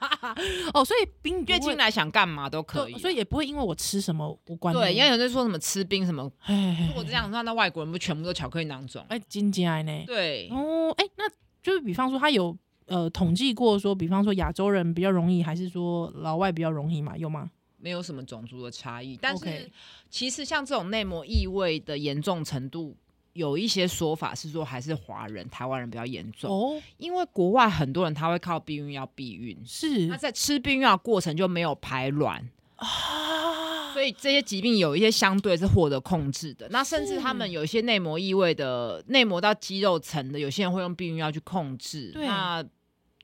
Speaker 1: 哦，所以冰
Speaker 2: 月经来想干嘛都可以啊、
Speaker 1: 所以也不会因为我吃什么无关
Speaker 2: 对，因为
Speaker 1: 为
Speaker 2: 有人说什么吃冰什么，
Speaker 1: 哎
Speaker 2: 如果这样的话，那外国人不全部都巧克力囊肿？
Speaker 1: 哎，金进来呢？
Speaker 2: 对，
Speaker 1: 哦，哎、那就是比方说他有呃统计过说，比方说亚洲人比较容易，还是说老外比较容易嘛？有吗？
Speaker 2: 没有什么种族的差异。但是
Speaker 1: OK
Speaker 2: 其实像这种内膜异味的严重程度，有一些说法是说还是华人、台湾人比较严重，
Speaker 1: 哦，
Speaker 2: 因为国外很多人他会靠避孕药避孕，
Speaker 1: 是
Speaker 2: 那在吃避孕药的过程就没有排卵。
Speaker 1: 啊，
Speaker 2: 所以这些疾病有一些相对是获得控制的，那甚至
Speaker 1: 是
Speaker 2: 他们有一些内膜异位的内膜到肌肉层的，有些人会用避孕药去控制，
Speaker 1: 对
Speaker 2: 那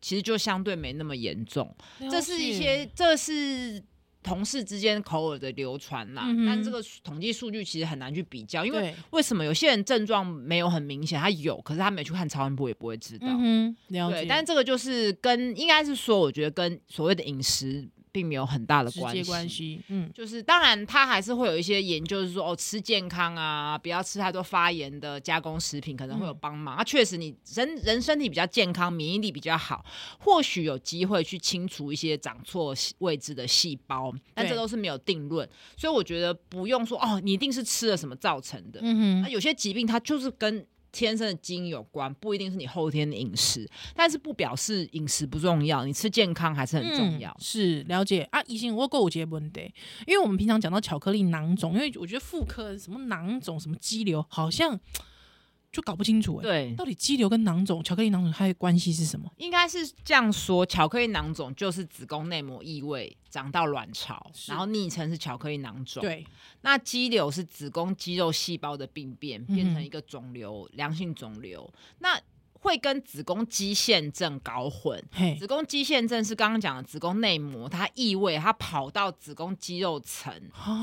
Speaker 2: 其实就相对没那么严重。
Speaker 1: 了
Speaker 2: 这是
Speaker 1: 解
Speaker 2: 一些，这是同事之间口耳的流传啦，
Speaker 1: 嗯哼
Speaker 2: 但这个统计数据其实很难去比较，因为
Speaker 1: 对，
Speaker 2: 为什么有些人症状没有很明显，他有，可是他没去看超音波也不会知道。
Speaker 1: 嗯哼，了
Speaker 2: 对
Speaker 1: 解，，
Speaker 2: 但这个就是跟应该是说，我觉得跟所谓的饮食并没有很大的
Speaker 1: 直接关系，嗯，
Speaker 2: 就是当然，它还是会有一些研究，是说哦，吃健康啊，不要吃太多发炎的加工食品，可能会有
Speaker 1: 嗯
Speaker 2: 帮忙。啊，确实你人人身体比较健康，免疫力比较好，或许有机会去清除一些长错位置的细胞，但这
Speaker 1: 对
Speaker 2: 都是没有定论，所以我觉得不用说哦，你一定是吃了什么造成的。
Speaker 1: 嗯
Speaker 2: 那
Speaker 1: 哼，
Speaker 2: 有些疾病它就是跟天生的基因有关，不一定是你后天的饮食，但是不表示饮食不重要，你吃健康还是很重要
Speaker 1: 嗯。是了解啊。以前我购物节问题，因为我们平常讲到巧克力囊肿，因为我觉得妇科什么囊肿、什么肌瘤，好像就搞不清楚哎、
Speaker 2: 对，
Speaker 1: 到底肌瘤跟囊肿、巧克力囊肿它的关系是什么？
Speaker 2: 应该是这样说，巧克力囊肿就是子宫内膜异位长到卵巢，
Speaker 1: 是
Speaker 2: 然后昵称是巧克力囊肿。，
Speaker 1: 对，
Speaker 2: 那肌瘤是子宫肌肉细胞的病变，
Speaker 1: 嗯哼
Speaker 2: 变成一个肿瘤，良性肿瘤。那会跟子宫肌腺症搞混。
Speaker 1: 嘿
Speaker 2: 子，宫肌腺症是刚刚讲的子宫内膜，它异位，它跑到子宫肌肉层，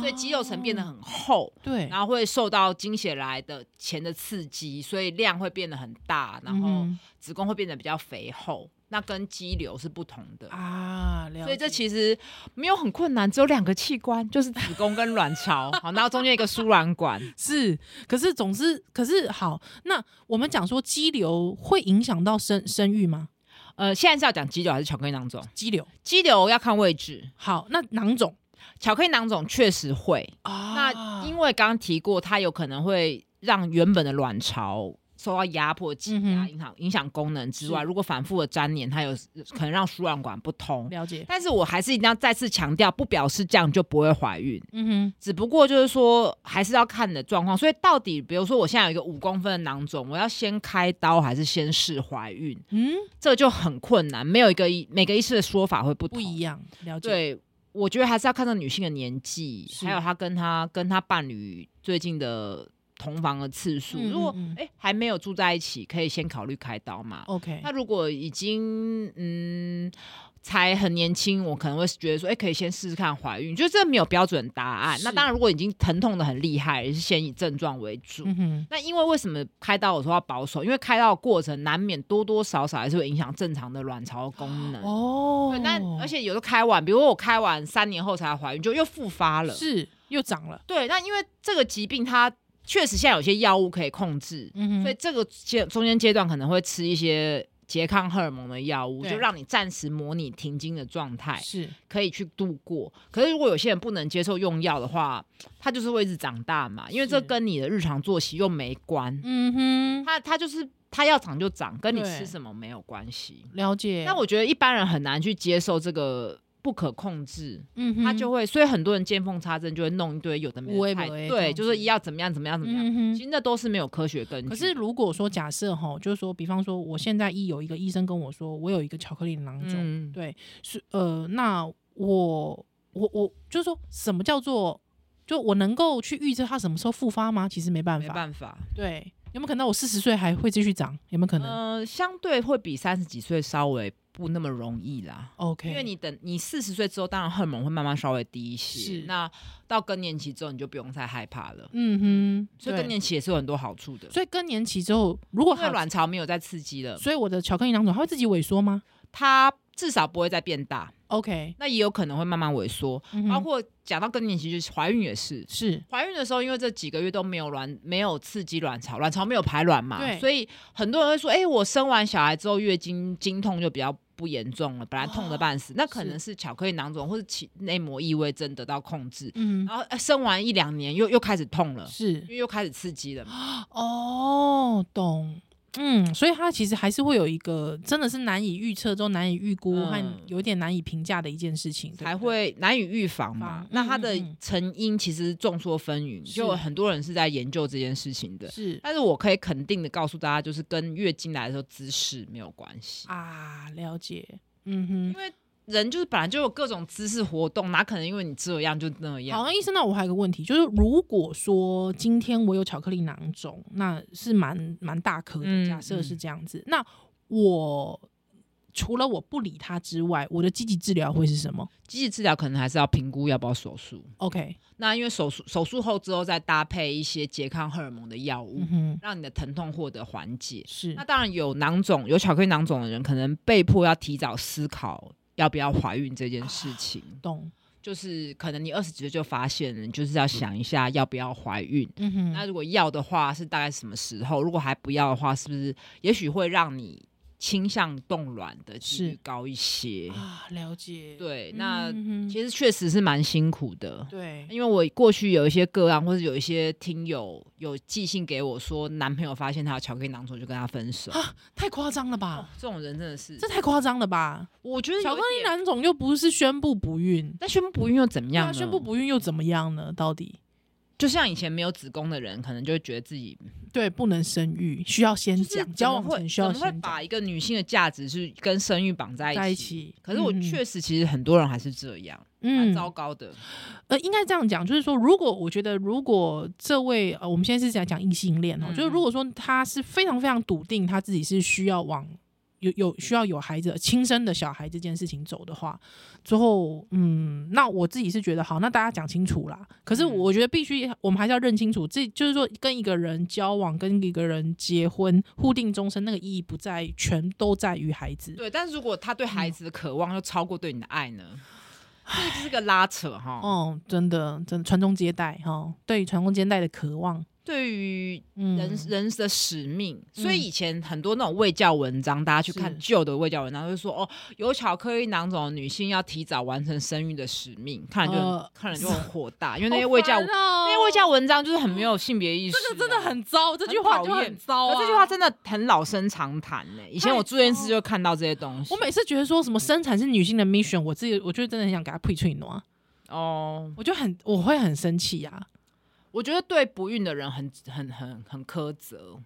Speaker 2: 所以肌肉层变得
Speaker 1: 哦
Speaker 2: 很厚，
Speaker 1: 对，
Speaker 2: 然后会受到经血来的钱的刺激，所以量会变得很大，然后
Speaker 1: 嗯
Speaker 2: 子宫会变得比较肥厚，那跟肌瘤是不同的。
Speaker 1: 哼啊，了解
Speaker 2: 所以这其实没有很困难，只有两个器官，就是子宫跟卵巢，好，然后中间一个输卵管。
Speaker 1: 是，可是总之，可是好，那我们讲说肌瘤会影响到生生育吗？
Speaker 2: 呃，现在是要讲肌瘤还是巧克力囊肿？
Speaker 1: 肌瘤
Speaker 2: 肌瘤要看位置，
Speaker 1: 好，那囊肿
Speaker 2: 巧克力囊肿确实会。
Speaker 1: 啊
Speaker 2: 那因为刚刚提过，它有可能会让原本的卵巢受到压迫、挤
Speaker 1: 嗯
Speaker 2: 压、
Speaker 1: 哼
Speaker 2: 影响影响功能之外，
Speaker 1: 是
Speaker 2: 如果反复的粘连，它有可能让输卵管不通。
Speaker 1: 了解，
Speaker 2: 但是我还是一定要再次强调，不表示这样就不会怀孕。
Speaker 1: 嗯
Speaker 2: 只不过就是说，还是要看你的状况。所以到底，比如说我现在有一个五公分的囊肿，我要先开刀还是先试怀孕，
Speaker 1: 哼，嗯，
Speaker 2: 这就很困难。没有一个医每个医师的说法会不同
Speaker 1: 不一样，了解，
Speaker 2: 对，我觉得还是要看到女性的年纪，
Speaker 1: 是
Speaker 2: 还有她跟她跟她伴侣最近的同房的次数。
Speaker 1: 嗯
Speaker 2: 如果
Speaker 1: 嗯嗯
Speaker 2: 哎、还没有住在一起，可以先考虑开刀嘛。
Speaker 1: ，OK，
Speaker 2: 那如果已经嗯才很年轻，我可能会觉得说，哎、可以先试试看怀孕，就这没有标准答案。
Speaker 1: 是
Speaker 2: 那当然，如果已经疼痛的很厉害，也是先以症状为主。
Speaker 1: 嗯哼，
Speaker 2: 那因为为什么开刀我说要保守？因为开刀的过程难免多多少少还是会影响正常的卵巢的功能。
Speaker 1: 哦
Speaker 2: 对，，那而且有的开完，比如我开完三年后才怀孕，就又复发了。
Speaker 1: 是又长了，
Speaker 2: 对，那因为这个疾病它确实现在有些药物可以控制，
Speaker 1: 嗯
Speaker 2: 所以
Speaker 1: 哼，
Speaker 2: 这个阶中间阶段可能会吃一些拮抗荷尔蒙的药物，
Speaker 1: 对
Speaker 2: 就让你暂时模拟停经的状态，
Speaker 1: 是
Speaker 2: 可以去度过。可是如果有些人不能接受用药的话，他就是会一直长大嘛，因为这
Speaker 1: 是
Speaker 2: 跟你的日常作息又没关，
Speaker 1: 嗯哼，
Speaker 2: 他他就是他要长就长，跟你
Speaker 1: 对
Speaker 2: 吃什么没有关系。
Speaker 1: 了解，
Speaker 2: 但我觉得一般人很难去接受这个。不可控制，
Speaker 1: 嗯哼，
Speaker 2: 他就会，所以很多人见缝插针就会弄一堆有的没
Speaker 1: 无微
Speaker 2: 的
Speaker 1: 不
Speaker 2: 菜
Speaker 1: 微这样
Speaker 2: 对，就是
Speaker 1: 子
Speaker 2: 要怎么样怎么样怎么样，
Speaker 1: 嗯哼
Speaker 2: 其实那都是没有科学根据。
Speaker 1: 可是如果说假设哈，就是说，比方说，我现在一有一个医生跟我说，我有一个巧克力囊肿，
Speaker 2: 嗯，
Speaker 1: 对，是呃，那我我我就是说什么叫做，就我能够去预测它什么时候复发吗？其实没办
Speaker 2: 没
Speaker 1: 法，
Speaker 2: 办法，
Speaker 1: 对，有没有可能我四十岁还会继续长？有没有可能、
Speaker 2: 嗯、相对会比三十几岁稍微不那么容易啦。
Speaker 1: o k
Speaker 2: 因为你等你四十岁之后，当然荷尔蒙会慢慢稍微低一些
Speaker 1: 是。
Speaker 2: 那到更年期之后，你就不用再害怕了。
Speaker 1: 嗯哼，
Speaker 2: 所以
Speaker 1: 对
Speaker 2: 更年期也是有很多好处的，
Speaker 1: 所以更年期之后，如果
Speaker 2: 因为
Speaker 1: 它
Speaker 2: 卵巢没有再刺激了，
Speaker 1: 所以我的巧克力囊肿它会自己萎缩吗
Speaker 2: 它至少不会再变大。
Speaker 1: ？OK，
Speaker 2: 那也有可能会慢慢萎缩，
Speaker 1: 嗯哼
Speaker 2: 包括讲到更年期，就是怀孕也是。
Speaker 1: 是
Speaker 2: 怀孕的时候，因为这几个月都没有卵，没有刺激卵巢，卵巢没有排卵嘛
Speaker 1: 对，
Speaker 2: 所以很多人会说，哎、我生完小孩之后月经经痛就比较不严重了，本来痛
Speaker 1: 哦
Speaker 2: 的半死，那可能是巧克力囊肿或者其内膜异位症得到控制，
Speaker 1: 嗯
Speaker 2: 然后、呃生完一两年又又开始痛了，
Speaker 1: 是
Speaker 2: 因为又开始刺激了嘛，
Speaker 1: 哦，懂。嗯，所以它其实还是会有一个真的是难以预测、中难以预估
Speaker 2: 嗯
Speaker 1: 和有点难以评价的一件事情，对不
Speaker 2: 才
Speaker 1: 对
Speaker 2: 会难以预防嘛。
Speaker 1: 防
Speaker 2: 那它
Speaker 1: 嗯
Speaker 2: 的
Speaker 1: 嗯嗯
Speaker 2: 成因其实众说纷纭，
Speaker 1: 是
Speaker 2: 就有很多人是在研究这件事情的。
Speaker 1: 是
Speaker 2: 但是我可以肯定的告诉大家，就是跟月经来的时候姿势没有关系，
Speaker 1: 啊，了解。嗯
Speaker 2: 因为人就是本来就有各种姿势活动，哪可能因为你这样就那
Speaker 1: 哼，
Speaker 2: 样？
Speaker 1: 好，那医生，那我还有一个问题，就是如果说今天我有巧克力囊肿，那是蛮蛮大颗的，
Speaker 2: 嗯
Speaker 1: 假设是这样子，那我除了我不理它之外，我的积极治疗会是什么
Speaker 2: 积极治疗可能还是要评估要不要手术。
Speaker 1: ？OK，
Speaker 2: 那因为手术手术后之后再搭配一些拮抗荷尔蒙的药物，
Speaker 1: 嗯哼，
Speaker 2: 让你的疼痛获得缓解。
Speaker 1: 是
Speaker 2: 那当然有囊肿、有巧克力囊肿的人，可能被迫要提早思考要不要怀孕这件事情。
Speaker 1: 懂，
Speaker 2: 就是可能你二十几岁就发现了，你就是要想一下要不要怀孕。
Speaker 1: 嗯哼，
Speaker 2: 那如果要的话，是大概什么时候？如果还不要的话，是不是也许会让你倾向冻卵的几率
Speaker 1: 是
Speaker 2: 高一些？
Speaker 1: 啊，了解，
Speaker 2: 对，
Speaker 1: 嗯
Speaker 2: 那
Speaker 1: 哼，
Speaker 2: 其实确实是蛮辛苦的。
Speaker 1: 对，
Speaker 2: 因为我过去有一些个案，或者有一些听友有寄信给我说，男朋友发现他有巧克力囊肿就跟他分手，哦
Speaker 1: 太夸张了吧？
Speaker 2: 这种人真的是，
Speaker 1: 啊这太夸张了吧？
Speaker 2: 我觉得有
Speaker 1: 巧克
Speaker 2: 一
Speaker 1: 力
Speaker 2: 点，
Speaker 1: 男总又不是宣布不孕，
Speaker 2: 但宣布不孕又怎么样
Speaker 1: 那
Speaker 2: 呢？
Speaker 1: 宣布不孕又怎么样呢？到底
Speaker 2: 就像以前没有子宫的人，可能就会觉得自己
Speaker 1: 对不能生育，需要先
Speaker 2: 嗯就是
Speaker 1: 讲，交往
Speaker 2: 怎么
Speaker 1: 前
Speaker 2: 会
Speaker 1: 需
Speaker 2: 怎
Speaker 1: 要
Speaker 2: 么会
Speaker 1: 先
Speaker 2: 把
Speaker 1: 讲
Speaker 2: 一个女性的价值是跟生育绑在一起？
Speaker 1: 在一起。
Speaker 2: 可是我
Speaker 1: 嗯
Speaker 2: 确实，其实很多人还是这样，蛮
Speaker 1: 嗯
Speaker 2: 糟糕的。
Speaker 1: 呃，应该这样讲，就是说，如果我觉得，如果这位呃，我们现在是讲讲异性恋哦，
Speaker 2: 嗯
Speaker 1: 就是如果说他是非常非常笃定他自己是需要往有有需要有孩子亲生的小孩这件事情走的话，之后嗯，那我自己是觉得好，那大家讲清楚啦。可是
Speaker 2: 嗯
Speaker 1: 我觉得必须，我们还是要认清楚，这就是说跟一个人交往，跟一个人结婚，互定终身，那个意义不在全都在于孩子。
Speaker 2: 对，但是如果他对
Speaker 1: 嗯
Speaker 2: 孩子的渴望又超过对你的爱呢？这个就是个拉扯哈。
Speaker 1: 哦，真的，真的传宗接代哈、哦，对于传宗接代的渴望，
Speaker 2: 对于
Speaker 1: 嗯，
Speaker 2: 人、人的使命，所以以前很多那种卫教文章，大家去看
Speaker 1: 是
Speaker 2: 旧的卫教文章，就是说哦，有巧克力囊肿的女性要提早完成生育的使命，看了就很、
Speaker 1: 呃
Speaker 2: 看了就很火大，因为
Speaker 1: 好
Speaker 2: 那些卫教、
Speaker 1: 烦哦
Speaker 2: 那些卫教文章就是很没有性别意识、
Speaker 1: 这个真的。很糟，这句话就很糟、啊。
Speaker 2: 可这句话，真的很老生常谈呢、以前我住院室就看到这些东西。
Speaker 1: 我每次觉得说什么生产是女性的 mission，我自己我就真的很想给他呸吹暖，
Speaker 2: 哦，
Speaker 1: 我就很我会很生气啊呀、
Speaker 2: 我觉得对不孕的人很很很很苛责，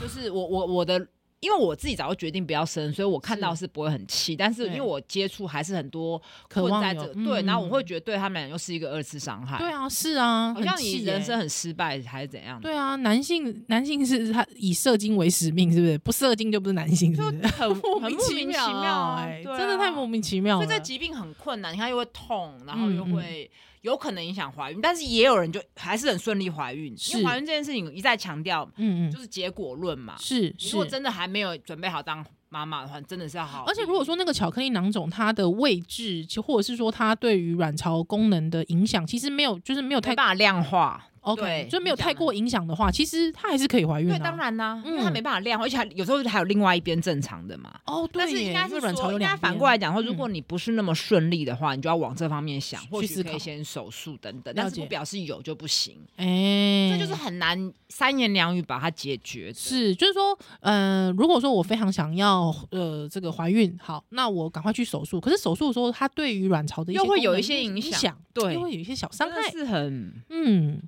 Speaker 2: 就是我我我的，因为我自己早就决定不要生，所以我看
Speaker 1: 是
Speaker 2: 到是不会很气，但是因
Speaker 1: 对
Speaker 2: 为我接触还是很多
Speaker 1: 渴望
Speaker 2: 困在
Speaker 1: 有
Speaker 2: 这
Speaker 1: 嗯
Speaker 2: 对，然后我
Speaker 1: 嗯
Speaker 2: 会觉得对他们俩又是一个二次伤害，
Speaker 1: 对，啊，是啊，
Speaker 2: 好像
Speaker 1: 很
Speaker 2: 你
Speaker 1: 气
Speaker 2: 人
Speaker 1: 耶
Speaker 2: 生很失败还是怎样的，
Speaker 1: 对啊，男性男性是他以射精为使命，是不是？不射精就不是男 性，是不是？
Speaker 2: 很
Speaker 1: 莫
Speaker 2: 很
Speaker 1: 名
Speaker 2: 莫名
Speaker 1: 妙
Speaker 2: 妙啊
Speaker 1: 哎
Speaker 2: 对啊
Speaker 1: 真的太莫名其妙了。
Speaker 2: 所以这疾病很困难，你看又会痛，然后
Speaker 1: 嗯
Speaker 2: 又会有可能影响怀孕，但是也有人就还是很顺利怀孕，因
Speaker 1: 是
Speaker 2: 为怀孕这件事情一再强调
Speaker 1: 嗯嗯，
Speaker 2: 就是结果论嘛，
Speaker 1: 是
Speaker 2: 你
Speaker 1: 是
Speaker 2: 如果。真的还没有准备好当妈妈的话，真的是要好好。
Speaker 1: 而且如果说那个巧克力囊肿，它的位置，其或者是说它对于卵巢功能的影响，其实没有，就是没有
Speaker 2: 没
Speaker 1: 太
Speaker 2: 办法量化，
Speaker 1: OK，
Speaker 2: 对
Speaker 1: 就没有
Speaker 2: 你讲
Speaker 1: 太
Speaker 2: 的
Speaker 1: 过影响的话，其实她还是可以怀孕的、
Speaker 2: 对，
Speaker 1: 啊。
Speaker 2: 当然啦，因
Speaker 1: 嗯
Speaker 2: 为它没办法量化，而且还有时候还有另外一边正常的嘛。
Speaker 1: 哦，对
Speaker 2: 但
Speaker 1: 耶，
Speaker 2: 是应该
Speaker 1: 因
Speaker 2: 是
Speaker 1: 为卵巢
Speaker 2: 说，
Speaker 1: 有
Speaker 2: 应
Speaker 1: 两
Speaker 2: 该
Speaker 1: 边
Speaker 2: 反过来讲说，如
Speaker 1: 嗯
Speaker 2: 果你不是那么顺利的话，你就要往这方面想，或
Speaker 1: 去
Speaker 2: 许
Speaker 1: 思
Speaker 2: 可
Speaker 1: 考
Speaker 2: 以先手术等
Speaker 1: 了
Speaker 2: 等，但是
Speaker 1: 解
Speaker 2: 不表示有就不行，
Speaker 1: 哎、
Speaker 2: 这就是很难三言两语把它解决的。
Speaker 1: 是，就是说，呃，如果说我非常想要呃这个怀孕，好，那我赶快去手术。可是手术的时候，它对于卵巢的一些
Speaker 2: 又会
Speaker 1: 功
Speaker 2: 有
Speaker 1: 能
Speaker 2: 一些影响
Speaker 1: 响，
Speaker 2: 对
Speaker 1: 又会有一些小伤
Speaker 2: 真的
Speaker 1: 害。
Speaker 2: 是很，
Speaker 1: 嗯，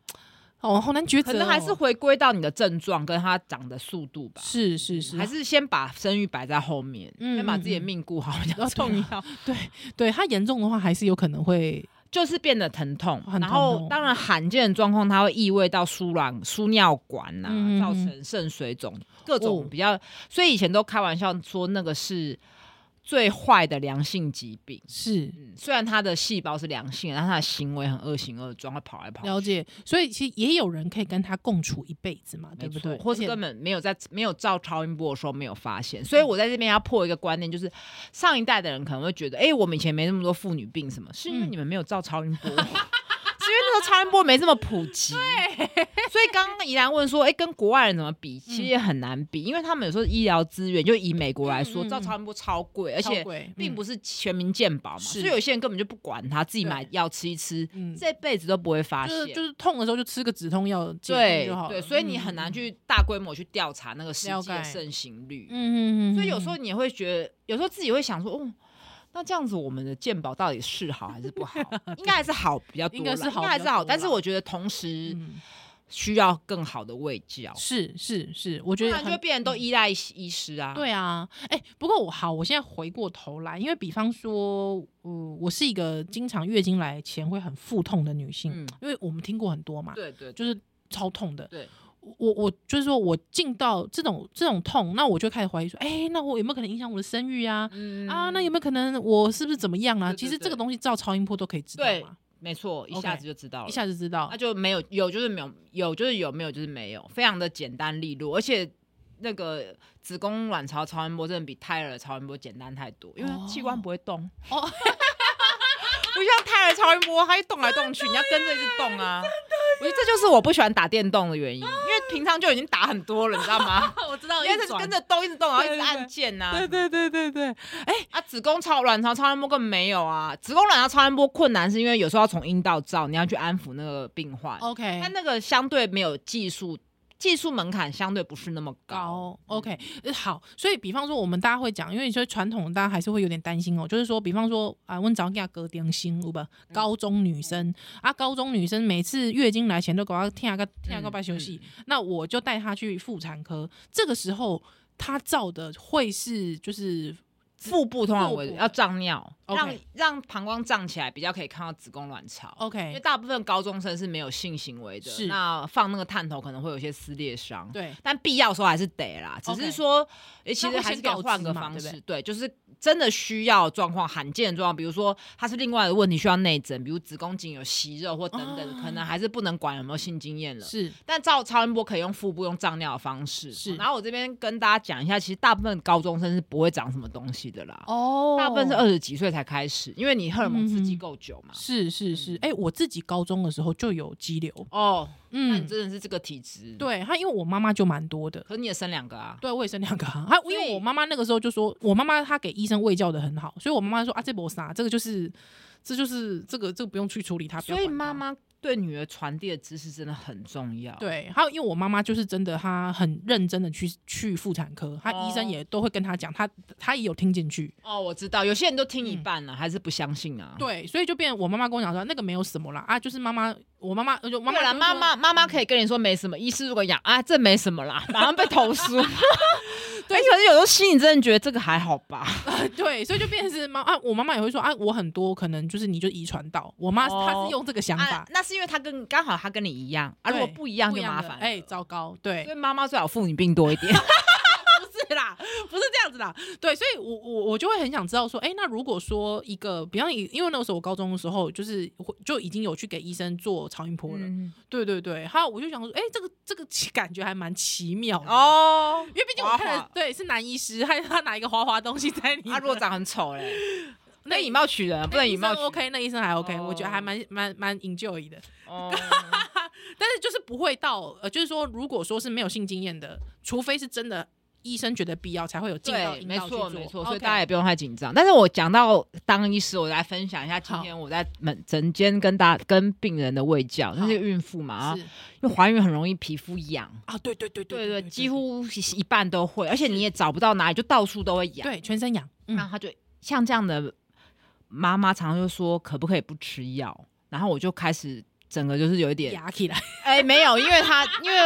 Speaker 1: 哦，好难抉择哦、
Speaker 2: 可能还是回归到你的症状跟它长的速度吧。嗯
Speaker 1: 是是是，
Speaker 2: 还是先把生育摆在后面，
Speaker 1: 嗯
Speaker 2: 先把自己的
Speaker 1: 嗯嗯
Speaker 2: 命顾好比较
Speaker 1: 哦
Speaker 2: 重
Speaker 1: 对
Speaker 2: 要。
Speaker 1: 对它严重的话，还是有可能会
Speaker 2: 就是变得疼痛，
Speaker 1: 很疼
Speaker 2: 然后
Speaker 1: 痛
Speaker 2: 当然罕见的状况，它会异味到输卵、输尿管呐、
Speaker 1: 嗯嗯嗯
Speaker 2: 造成肾水肿，各
Speaker 1: 哦
Speaker 2: 种比较。所以以前都开玩笑说那个是最坏的良性疾病。
Speaker 1: 是
Speaker 2: 嗯，虽然它的细胞是良性的，但它的行为很恶行恶状，会跑来跑去，
Speaker 1: 了解。所以其实也有人可以跟他共处一辈子嘛，对
Speaker 2: 没
Speaker 1: 不
Speaker 2: 错
Speaker 1: 对？
Speaker 2: 或
Speaker 1: 而
Speaker 2: 是
Speaker 1: 且
Speaker 2: 根本没有在没有照超音波的时候没有发现。所以我在这边要破一个观念，就是上一代的人可能会觉得，哎、我们以前没那么多妇女病什么，是因为
Speaker 1: 嗯
Speaker 2: 你们没有照超音 波。 是因为那时候超音波没这么普及，对，所以刚刚怡然问说，哎、跟国外人怎么比？
Speaker 1: 嗯
Speaker 2: 其实也很难比，因为他们有时候医疗资源，就以美国来说，
Speaker 1: 嗯嗯
Speaker 2: 照超音波超贵，而
Speaker 1: 超
Speaker 2: 且
Speaker 1: 贵
Speaker 2: 并
Speaker 1: 嗯
Speaker 2: 不是全民健保嘛，
Speaker 1: 是
Speaker 2: 所以有些人根本就不管它，自己
Speaker 1: 对
Speaker 2: 买药吃一吃，
Speaker 1: 嗯，
Speaker 2: 这辈子都不会发
Speaker 1: 就是
Speaker 2: 现。
Speaker 1: 就是痛的时候就吃个止痛药解
Speaker 2: 对
Speaker 1: 痛就好
Speaker 2: 对，
Speaker 1: 了嗯
Speaker 2: 所以你很难。去大规模去调查那个实
Speaker 1: 了
Speaker 2: 际的
Speaker 1: 解
Speaker 2: 盛行率。
Speaker 1: 嗯嗯嗯嗯嗯，
Speaker 2: 所以有时候你也会觉得，有时候自己会想说，哦，那这样子我们的健保到底是好还是不好？应该还是好比较 多啦，
Speaker 1: 应该是好
Speaker 2: 应该还是
Speaker 1: 比较多
Speaker 2: 好。
Speaker 1: 啦
Speaker 2: 但是我觉得同时
Speaker 1: 嗯
Speaker 2: 需要更好的卫教，
Speaker 1: 是是是，我
Speaker 2: 不
Speaker 1: 觉得
Speaker 2: 然就
Speaker 1: 很嗯
Speaker 2: 会变成都依赖医师啊。
Speaker 1: 对啊，哎、不过我好，我现在回过头来，因为比方说，呃，我是一个经常月经来前会很腹痛的女性，
Speaker 2: 嗯，
Speaker 1: 因为我们听过很多嘛，
Speaker 2: 对对，就
Speaker 1: 啊就是超痛的。
Speaker 2: 对
Speaker 1: 我，我我就是说我进到这种这种痛，那我就开始怀疑说，哎、那我有没有可能影响我的生育啊？
Speaker 2: 嗯
Speaker 1: 啊，那有没有可能我是不是怎么样啊？
Speaker 2: 对对
Speaker 1: 其实这个
Speaker 2: 对
Speaker 1: 东西照超音波都可以知道
Speaker 2: 对
Speaker 1: 嘛，
Speaker 2: 没错，一
Speaker 1: OK
Speaker 2: 下子就知道了
Speaker 1: 一。下就知道
Speaker 2: 那。就没有，有就是没有，有就是有，没有就是没有，非常的简单利落，而且那个子宫卵巢超音波真的比胎儿的超音波简单太多，因为它器官不会动
Speaker 1: 哦
Speaker 2: 哦， 不像胎儿超音波，它会动来动去，你要跟着一直动啊。我觉得这就是我不喜欢打电动的原因，因为平常就已经打很多啊了，你知道吗？
Speaker 1: 我知道
Speaker 2: 因为它是跟着动，一直动，然后一
Speaker 1: 对
Speaker 2: 直
Speaker 1: 对对
Speaker 2: 按键呐、
Speaker 1: 对对对对 对，
Speaker 2: 啊，子宫超卵巢超音波根本没有啊，子宫卵巢超音波困难是因为有时候要从阴道照，你要去安抚那个病患。
Speaker 1: ，OK，
Speaker 2: 它那个相对没有技术，技术门槛相对不是那么高。
Speaker 1: 高，OK，呃好，所以比方说我们大家会讲，因为你说传统，大家还是会有点担心哦，就是说，比方说啊，问早给她割点心，有吧？
Speaker 2: 嗯
Speaker 1: 高中女生啊，高中女生每次月经来前都给她听下个听
Speaker 2: 嗯
Speaker 1: 下个半休息，那我就带她去妇产科，这个时候她照的会是就是
Speaker 2: 腹部通常我
Speaker 1: 腹部
Speaker 2: 要胀尿，
Speaker 1: OK
Speaker 2: 让让膀胱胀起来，比较可以看到子宫卵巢。因为
Speaker 1: OK，
Speaker 2: 大部分高中生是没有性行为的
Speaker 1: 是，
Speaker 2: 那放那个探头可能会有一些撕裂伤。
Speaker 1: 对，
Speaker 2: 但必要的时候还是得啦，只
Speaker 1: OK
Speaker 2: 是说，诶其
Speaker 1: 那会
Speaker 2: 实还
Speaker 1: 先
Speaker 2: 是可以
Speaker 1: 告知
Speaker 2: 换个
Speaker 1: 嘛
Speaker 2: 方
Speaker 1: 对不
Speaker 2: 式，
Speaker 1: 对
Speaker 2: 对，就是真的需要状况，罕见的状况，比如说它是另外的问题需要内诊，比如子宫颈有息肉或等等，
Speaker 1: 哦
Speaker 2: 可能还是不能管有没有性经验了。
Speaker 1: 是
Speaker 2: 但照超音波可以用腹部用胀尿的方式。
Speaker 1: 是
Speaker 2: 然后我这边跟大家讲一下，其实大部分高中生是不会长什么东西的啦，
Speaker 1: 哦
Speaker 2: 大部分是二十几岁才开始，因为你荷尔蒙刺
Speaker 1: 嗯
Speaker 2: 激够久嘛。
Speaker 1: 是是是，
Speaker 2: 嗯
Speaker 1: 哎、我自己高中的时候就有肌瘤，
Speaker 2: 哦，那你
Speaker 1: 嗯，
Speaker 2: 真的是这个体质。，
Speaker 1: 对，她因为我妈妈就蛮多的，
Speaker 2: 可是你也生两个啊。
Speaker 1: 对，我也生两个啊。啊，因为
Speaker 2: 所以
Speaker 1: 我妈妈那个时候就说，我妈妈她给医生喂教的很好，所以我妈妈说啊，这没啥，这个就是，这就是这个这个不用去处理它。不要
Speaker 2: 所以
Speaker 1: 管它
Speaker 2: 妈妈对女儿传递的知识真的很重要。，
Speaker 1: 对，还有因为我妈妈就是真的，她很认真的去去妇产科，她医生
Speaker 2: 哦
Speaker 1: 也都会跟她讲，她她也有听进去。
Speaker 2: 哦，我知道，有些人都听一半了、还是不相信啊。
Speaker 1: 嗯对，所以就变我妈妈跟我讲说，那个没有什么啦，啊，就是妈妈，我妈妈就妈
Speaker 2: 对
Speaker 1: 妈
Speaker 2: 啦，
Speaker 1: 就
Speaker 2: 妈
Speaker 1: 说
Speaker 2: 妈妈妈可以跟你说没什么，医师如果讲啊，这没什么啦，马上被投诉。 对，可是有时候心里真的觉得这个还好吧。
Speaker 1: 对，所以就变成是妈啊，我妈妈也会说啊，我很多可能就是你就遗传到，我妈、她
Speaker 2: 哦
Speaker 1: 是用这个想
Speaker 2: 啊
Speaker 1: 法，，
Speaker 2: 那是因为他跟刚好他跟你一样啊，如
Speaker 1: 对
Speaker 2: 果不一样
Speaker 1: 不
Speaker 2: 就
Speaker 1: 一
Speaker 2: 麻
Speaker 1: 的
Speaker 2: 烦了。
Speaker 1: 哎、糟糕，对
Speaker 2: 所，以妈妈最好妇女病多 一点。
Speaker 1: 不是啦，不是这样子啦。对，所以我我我就会很想知道说，哎、那如果说一个，比方以，因为那个时候我高中的时候，就是会就已经有去给医生做超音波了。
Speaker 2: 嗯
Speaker 1: 对对对，还有我就想说，哎、这个这个奇感觉还蛮奇妙的。
Speaker 2: 哦，
Speaker 1: 因为毕竟我看
Speaker 2: 花
Speaker 1: 了
Speaker 2: 花，
Speaker 1: 对，是男医师，还他拿一个花花东西在你的，
Speaker 2: 他如果长很丑嘞，那
Speaker 1: 那
Speaker 2: 以貌取人，不能以哦
Speaker 1: 医
Speaker 2: 貌
Speaker 1: 生
Speaker 2: 取人。
Speaker 1: OK，那医生还 OK，、我觉得还
Speaker 2: 哦
Speaker 1: 蛮蛮蛮 enjoy 的。
Speaker 2: 哦
Speaker 1: 但是就是不会到呃，就是说，如果说是没有性经验的，除非是真的医生觉得必要，才会有进到
Speaker 2: 对，
Speaker 1: 引
Speaker 2: 没
Speaker 1: 导去做。
Speaker 2: 错没错，所以
Speaker 1: OK
Speaker 2: 大家也不用太紧张。但是我讲到当医师，我来分享一下今天我在门诊间跟大跟病人的喂教，那是孕妇嘛，啊
Speaker 1: 是
Speaker 2: 因为怀孕很容易皮肤痒，
Speaker 1: 啊，对对对
Speaker 2: 对
Speaker 1: 对
Speaker 2: 对，几乎一半都会，而且你也找不到哪里，就到处都会痒。
Speaker 1: 对全身痒，嗯
Speaker 2: 然后他就像这样的妈妈，常常就说可不可以不吃药？然后我就开始整个就是有一点，
Speaker 1: 痒起来，
Speaker 2: 哎，没有，因为他因为。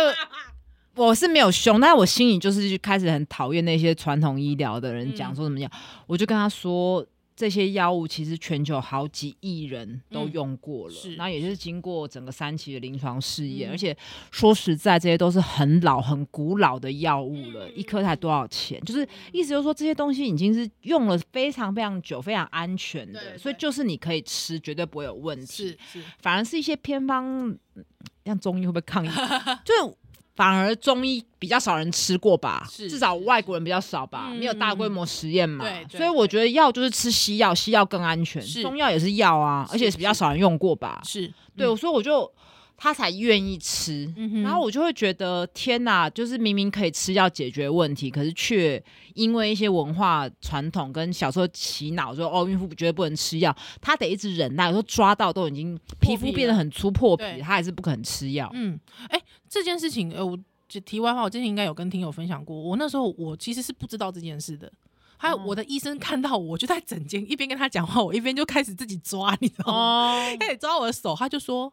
Speaker 2: 我是没有凶，但是我心里就是开始很讨厌那些传统医疗的人讲
Speaker 1: 嗯
Speaker 2: 说什么药，我就跟他说这些药物其实全球好几亿人都
Speaker 1: 嗯
Speaker 2: 用过了，
Speaker 1: 是
Speaker 2: 然后也就是经过整个三期的临床试
Speaker 1: 嗯
Speaker 2: 验，而且说实在，这些都是很老、很古老的药物了，
Speaker 1: 嗯
Speaker 2: 一颗才多少钱？就是意思就是说，这些东西已经是用了非常非常久、非常安全的，
Speaker 1: 对
Speaker 2: 所以
Speaker 1: 对
Speaker 2: 就是你可以吃，绝对不会有问题。
Speaker 1: 是是，
Speaker 2: 反而是一些偏方，嗯像中医会不会抗议？ 就是反而中医比较少人吃过吧，
Speaker 1: 是
Speaker 2: 至少外国人比较少吧，
Speaker 1: 嗯
Speaker 2: 没有大规模实验嘛。
Speaker 1: 对对
Speaker 2: 所以我觉得药就是吃西药，西药更安全，
Speaker 1: 是
Speaker 2: 中药也是药啊，
Speaker 1: 是
Speaker 2: 而且是比较少人用过吧。
Speaker 1: 是，
Speaker 2: 对，
Speaker 1: 嗯，
Speaker 2: 所以我就他才愿意吃。
Speaker 1: 嗯哼
Speaker 2: 然后我就会觉得天哪，就是明明可以吃药解决问题，可是却因为一些文化传统跟小时候洗脑说哦，孕妇绝对不能吃药，她得一直忍耐，有时候抓到都已经皮肤变得很粗破皮，
Speaker 1: 对
Speaker 2: 她还是不肯吃药。哦
Speaker 1: 嗯，哎、这件事情，呃，我这题外话，我之前应该有跟听友分享过，我那时候我其实是不知道这件事的。还有
Speaker 2: 哦
Speaker 1: 我的医生看到我，我就在诊间一边跟他讲话，我一边就开始自己抓，你知道吗？
Speaker 2: 哦，
Speaker 1: 开始抓我的手，他就说，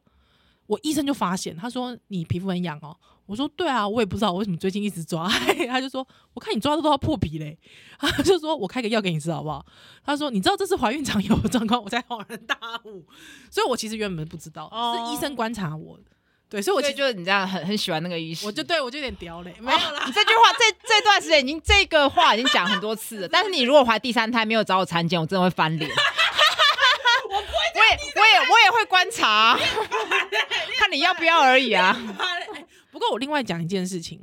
Speaker 1: 我医生就发现，他说你皮肤很痒哦。我说对啊，我也不知道我为什么最近一直抓。 他就说，我看你抓的都要破皮嘞。他就说我开个药给你吃好不好？他说你知道这是怀孕常有的状况，我才恍然大悟。所以我其实原本不知道，
Speaker 2: 哦
Speaker 1: 是医生观察我。对，所以我
Speaker 2: 我
Speaker 1: 其
Speaker 2: 就哦
Speaker 1: 实
Speaker 2: 就是你这样很很喜欢那个医师，
Speaker 1: 我就对我就有点屌嘞，没
Speaker 2: 没
Speaker 1: 有
Speaker 2: 有
Speaker 1: 啦。
Speaker 2: 啦。你这句话这这段时间已经这个话已经讲很多次了，但是你如果怀第三胎没有找我产检，我真的会翻 脸。我也我也我也会观察 啊，看你要不要而已啊。
Speaker 1: 不过我另外讲一件事情，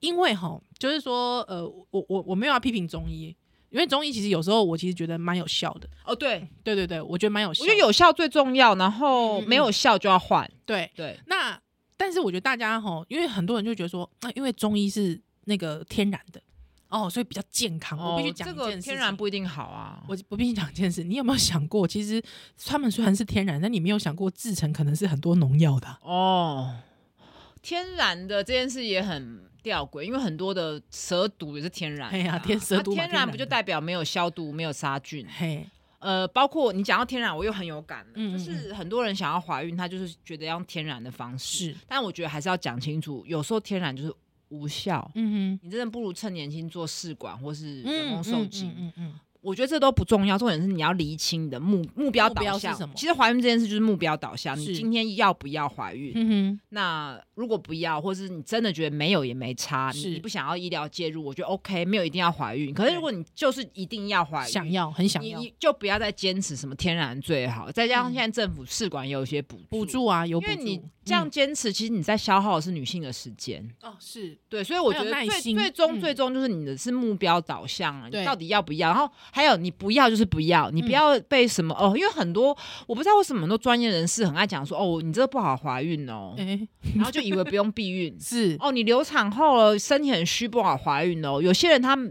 Speaker 1: 因为哈，就是说，呃，我我我没有要批评中医，因为中医其实有时候我其实觉得蛮有效的，
Speaker 2: 哦，对，
Speaker 1: 对对对，我觉得蛮有效
Speaker 2: 我
Speaker 1: 的，
Speaker 2: 觉得有效最重要，然后
Speaker 1: 嗯嗯
Speaker 2: 没有效就要换。
Speaker 1: 对。
Speaker 2: 对，
Speaker 1: 那但是我觉得大家哈，因为很多人就觉得说，那、因为中医是那个天然的哦，所以比较健康。我必须讲
Speaker 2: 哦这
Speaker 1: 一
Speaker 2: 个
Speaker 1: 件事情
Speaker 2: 天然不一定好啊。
Speaker 1: 我我必须讲一件事，你有没有想过，其实他们虽然是天然，但你没有想过制成可能是很多农药的啊、
Speaker 2: 哦，天然的这件事也很吊诡，因为很多的蛇毒也是天然的
Speaker 1: 哎
Speaker 2: 啊。
Speaker 1: 呀天蛇毒嘛
Speaker 2: 啊天然不
Speaker 1: 天然
Speaker 2: 就
Speaker 1: 的
Speaker 2: 代表没有消毒、没有杀菌？
Speaker 1: 嘿，
Speaker 2: 呃，包括你讲到天然，我又很有感了，
Speaker 1: 嗯
Speaker 2: 就
Speaker 1: 嗯
Speaker 2: 是很多人想要怀孕，他就是觉得要用天然的方式，
Speaker 1: 是，
Speaker 2: 但我觉得还是要讲清楚，有时候天然就是无效。
Speaker 1: 嗯哼，
Speaker 2: 你真的不如趁年轻做试管或是人
Speaker 1: 嗯
Speaker 2: 工
Speaker 1: 嗯
Speaker 2: 受精，
Speaker 1: 嗯嗯嗯，
Speaker 2: 我觉得这都不重要，重点是你要厘清你的目目标
Speaker 1: 目标是
Speaker 2: 导向。
Speaker 1: 什么
Speaker 2: 其实怀孕这件事就是目标导向，你
Speaker 1: 是
Speaker 2: 今天要不要怀孕？
Speaker 1: 嗯哼，
Speaker 2: 那如果不要，或是你真的觉得没有也没差，你
Speaker 1: 是
Speaker 2: 你不想要医疗介入，我觉得 OK，没有一定要怀孕。可是
Speaker 1: 对
Speaker 2: 如果你就是一定要怀孕，
Speaker 1: 想要很想
Speaker 2: 你
Speaker 1: 要
Speaker 2: 你就不要再坚持什么天然最好，再加
Speaker 1: 嗯
Speaker 2: 上现在政府试管也有一些补
Speaker 1: 补，助啊，有
Speaker 2: 因
Speaker 1: 补助，
Speaker 2: 为你这样坚持，其实你在消耗的是女性的时间。
Speaker 1: 嗯、哦是
Speaker 2: 对，所以我觉
Speaker 1: 还有
Speaker 2: 得
Speaker 1: 耐
Speaker 2: 最
Speaker 1: 心
Speaker 2: 最终
Speaker 1: 嗯
Speaker 2: 最终就是你的是目标导向啊，你
Speaker 1: 对
Speaker 2: 到底要不要？然后还有你不要就是不要，你不
Speaker 1: 嗯
Speaker 2: 要被什么哦，因为很多我不知道为什么很多专业人士很爱讲说哦，你这不好怀孕哦，
Speaker 1: 哎、。
Speaker 2: 然后就以为不用避孕
Speaker 1: 是
Speaker 2: 哦，你流产后了，身体很虚，不好怀孕哦。有些人他们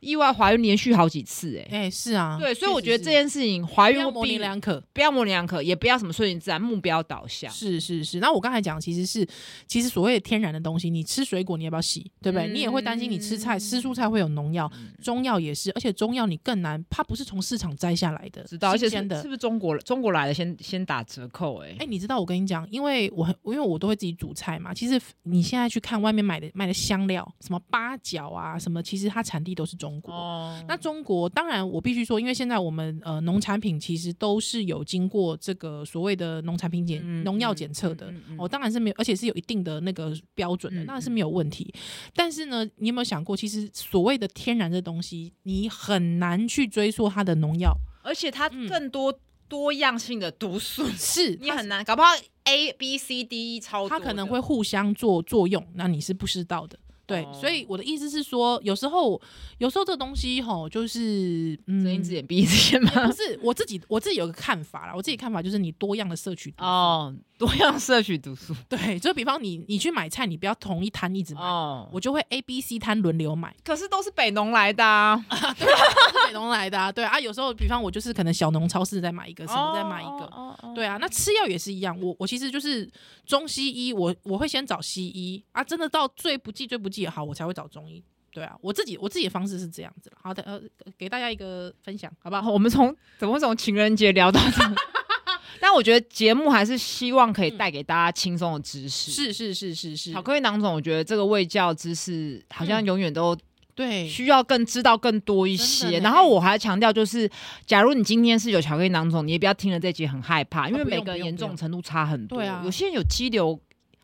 Speaker 2: 意外怀孕连续好几次、哎、
Speaker 1: 哎、是啊，
Speaker 2: 对，所以
Speaker 1: 确
Speaker 2: 我
Speaker 1: 实
Speaker 2: 觉得
Speaker 1: 是
Speaker 2: 这件事情，怀
Speaker 1: 不
Speaker 2: 孕
Speaker 1: 要
Speaker 2: 或
Speaker 1: 模
Speaker 2: 避
Speaker 1: 棱
Speaker 2: 孕
Speaker 1: 两可，
Speaker 2: 不要模棱两可，也不要什么顺其自然，目标导向。
Speaker 1: 是是是。那我刚才讲，其实是其实所谓的天然的东西，你吃水果你要不要洗，对不对？你也会担心你吃菜吃蔬菜会有农药，
Speaker 2: 嗯
Speaker 1: 中药也是，而且中药你更难，它不是从市场摘下来的，
Speaker 2: 知道，而且
Speaker 1: 新
Speaker 2: 是
Speaker 1: 鲜
Speaker 2: 是
Speaker 1: 的
Speaker 2: 不。是中国中国来的先先打折扣、哎、
Speaker 1: 哎、你知道我跟你讲，因为我很，因为我都会自己煮菜嘛。其实你现在去看外面买的卖的香料，什么八角啊，什么，其实它产地都是中国。
Speaker 2: 哦，
Speaker 1: 那中国当然，我必须说，因为现在我们呃农产品其实都是有经过这个所谓的农产品检、
Speaker 2: 嗯
Speaker 1: 农药检测的，
Speaker 2: 嗯嗯嗯
Speaker 1: 哦，当然是没有，而且是有一定的那个标准的，
Speaker 2: 嗯
Speaker 1: 那是没有问题。但是呢，你有没有想过，其实所谓的天然的东西，你很难去追溯它的农 药，
Speaker 2: 而且它
Speaker 1: 嗯
Speaker 2: 更多、多样性的毒素，
Speaker 1: 是
Speaker 2: 你
Speaker 1: 它
Speaker 2: 很难，搞不好 A B C D E 超多
Speaker 1: 它
Speaker 2: 的，
Speaker 1: 可能会互相做作用，那你是不知道的。对，
Speaker 2: 哦
Speaker 1: 所以我的意思是说，有时候，有时候这东西吼，就是嗯，
Speaker 2: 睁一只眼闭一只眼吗？
Speaker 1: 不是我自己，我自己有个看法啦。我自己看法就是，你多样的摄取毒素
Speaker 2: 哦，多样摄取毒 素
Speaker 1: 对，就比方你你去买菜，你不要同一摊一直买，
Speaker 2: 哦。
Speaker 1: 我就会 A、B、C 摊轮流买，
Speaker 2: 可是都是北农来的啊，
Speaker 1: 是美农来的啊，对啊，有时候比方我就是可能小农超市再买一个，什么再买一个，
Speaker 2: 哦，哦
Speaker 1: 对，啊，那吃药也是一样。我我其实就是中西医，我我会先找西医啊，真的到最不济最不济也好，我才会找中医。对啊，我自己我自己的方式是这样子啦。好的，呃，给大家一个分享，好不
Speaker 2: 然
Speaker 1: 好？
Speaker 2: 后我们从怎么会从情人节聊到这 个？但我觉得节目还是希望可以带给大家轻松的知识。
Speaker 1: 是是是是是，
Speaker 2: 巧克力囊总，我觉得这个卫教知识好像
Speaker 1: 嗯
Speaker 2: 永远都
Speaker 1: 对，
Speaker 2: 需要更知道更多一
Speaker 1: 真
Speaker 2: 些。
Speaker 1: 的呢
Speaker 2: 然后我还强调，就是假如你今天是有巧克力囊肿，你也不要听了这集很害怕，因为
Speaker 1: 不用
Speaker 2: 每个人
Speaker 1: 不用
Speaker 2: 严
Speaker 1: 不
Speaker 2: 重
Speaker 1: 用
Speaker 2: 程度差很多。
Speaker 1: 对啊
Speaker 2: 有些人有肌瘤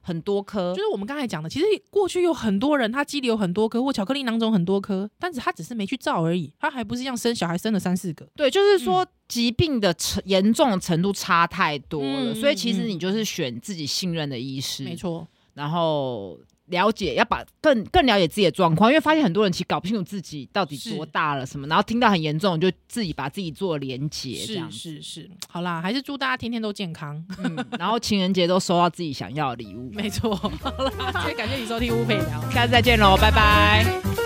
Speaker 2: 很多颗
Speaker 1: 就，是我们刚才讲的，其实过去有很多人他肌瘤很多颗或巧克力囊肿很多颗，但是他只是没去照而已，他还不是一样生小孩生了三四个。
Speaker 2: 对，就是说疾病的程严重的程度差太多了，
Speaker 1: 嗯
Speaker 2: 所以其实
Speaker 1: 嗯嗯
Speaker 2: 你就是选自己信任的医师，
Speaker 1: 没，错，
Speaker 2: 然后。了解要把更更了解自己的状况，因为发现很多人其实搞不清楚自己到底
Speaker 1: 是
Speaker 2: 多大了什么，然后听到很严重就自己把自己做连结这
Speaker 1: 是
Speaker 2: 样
Speaker 1: 是是，好啦，还是祝大家天天都健康。
Speaker 2: 嗯，然后情人节都收到自己想要的礼物。
Speaker 1: 没错，好啦，今天感谢你收听乌佩聊。
Speaker 2: 下次再见喽，拜拜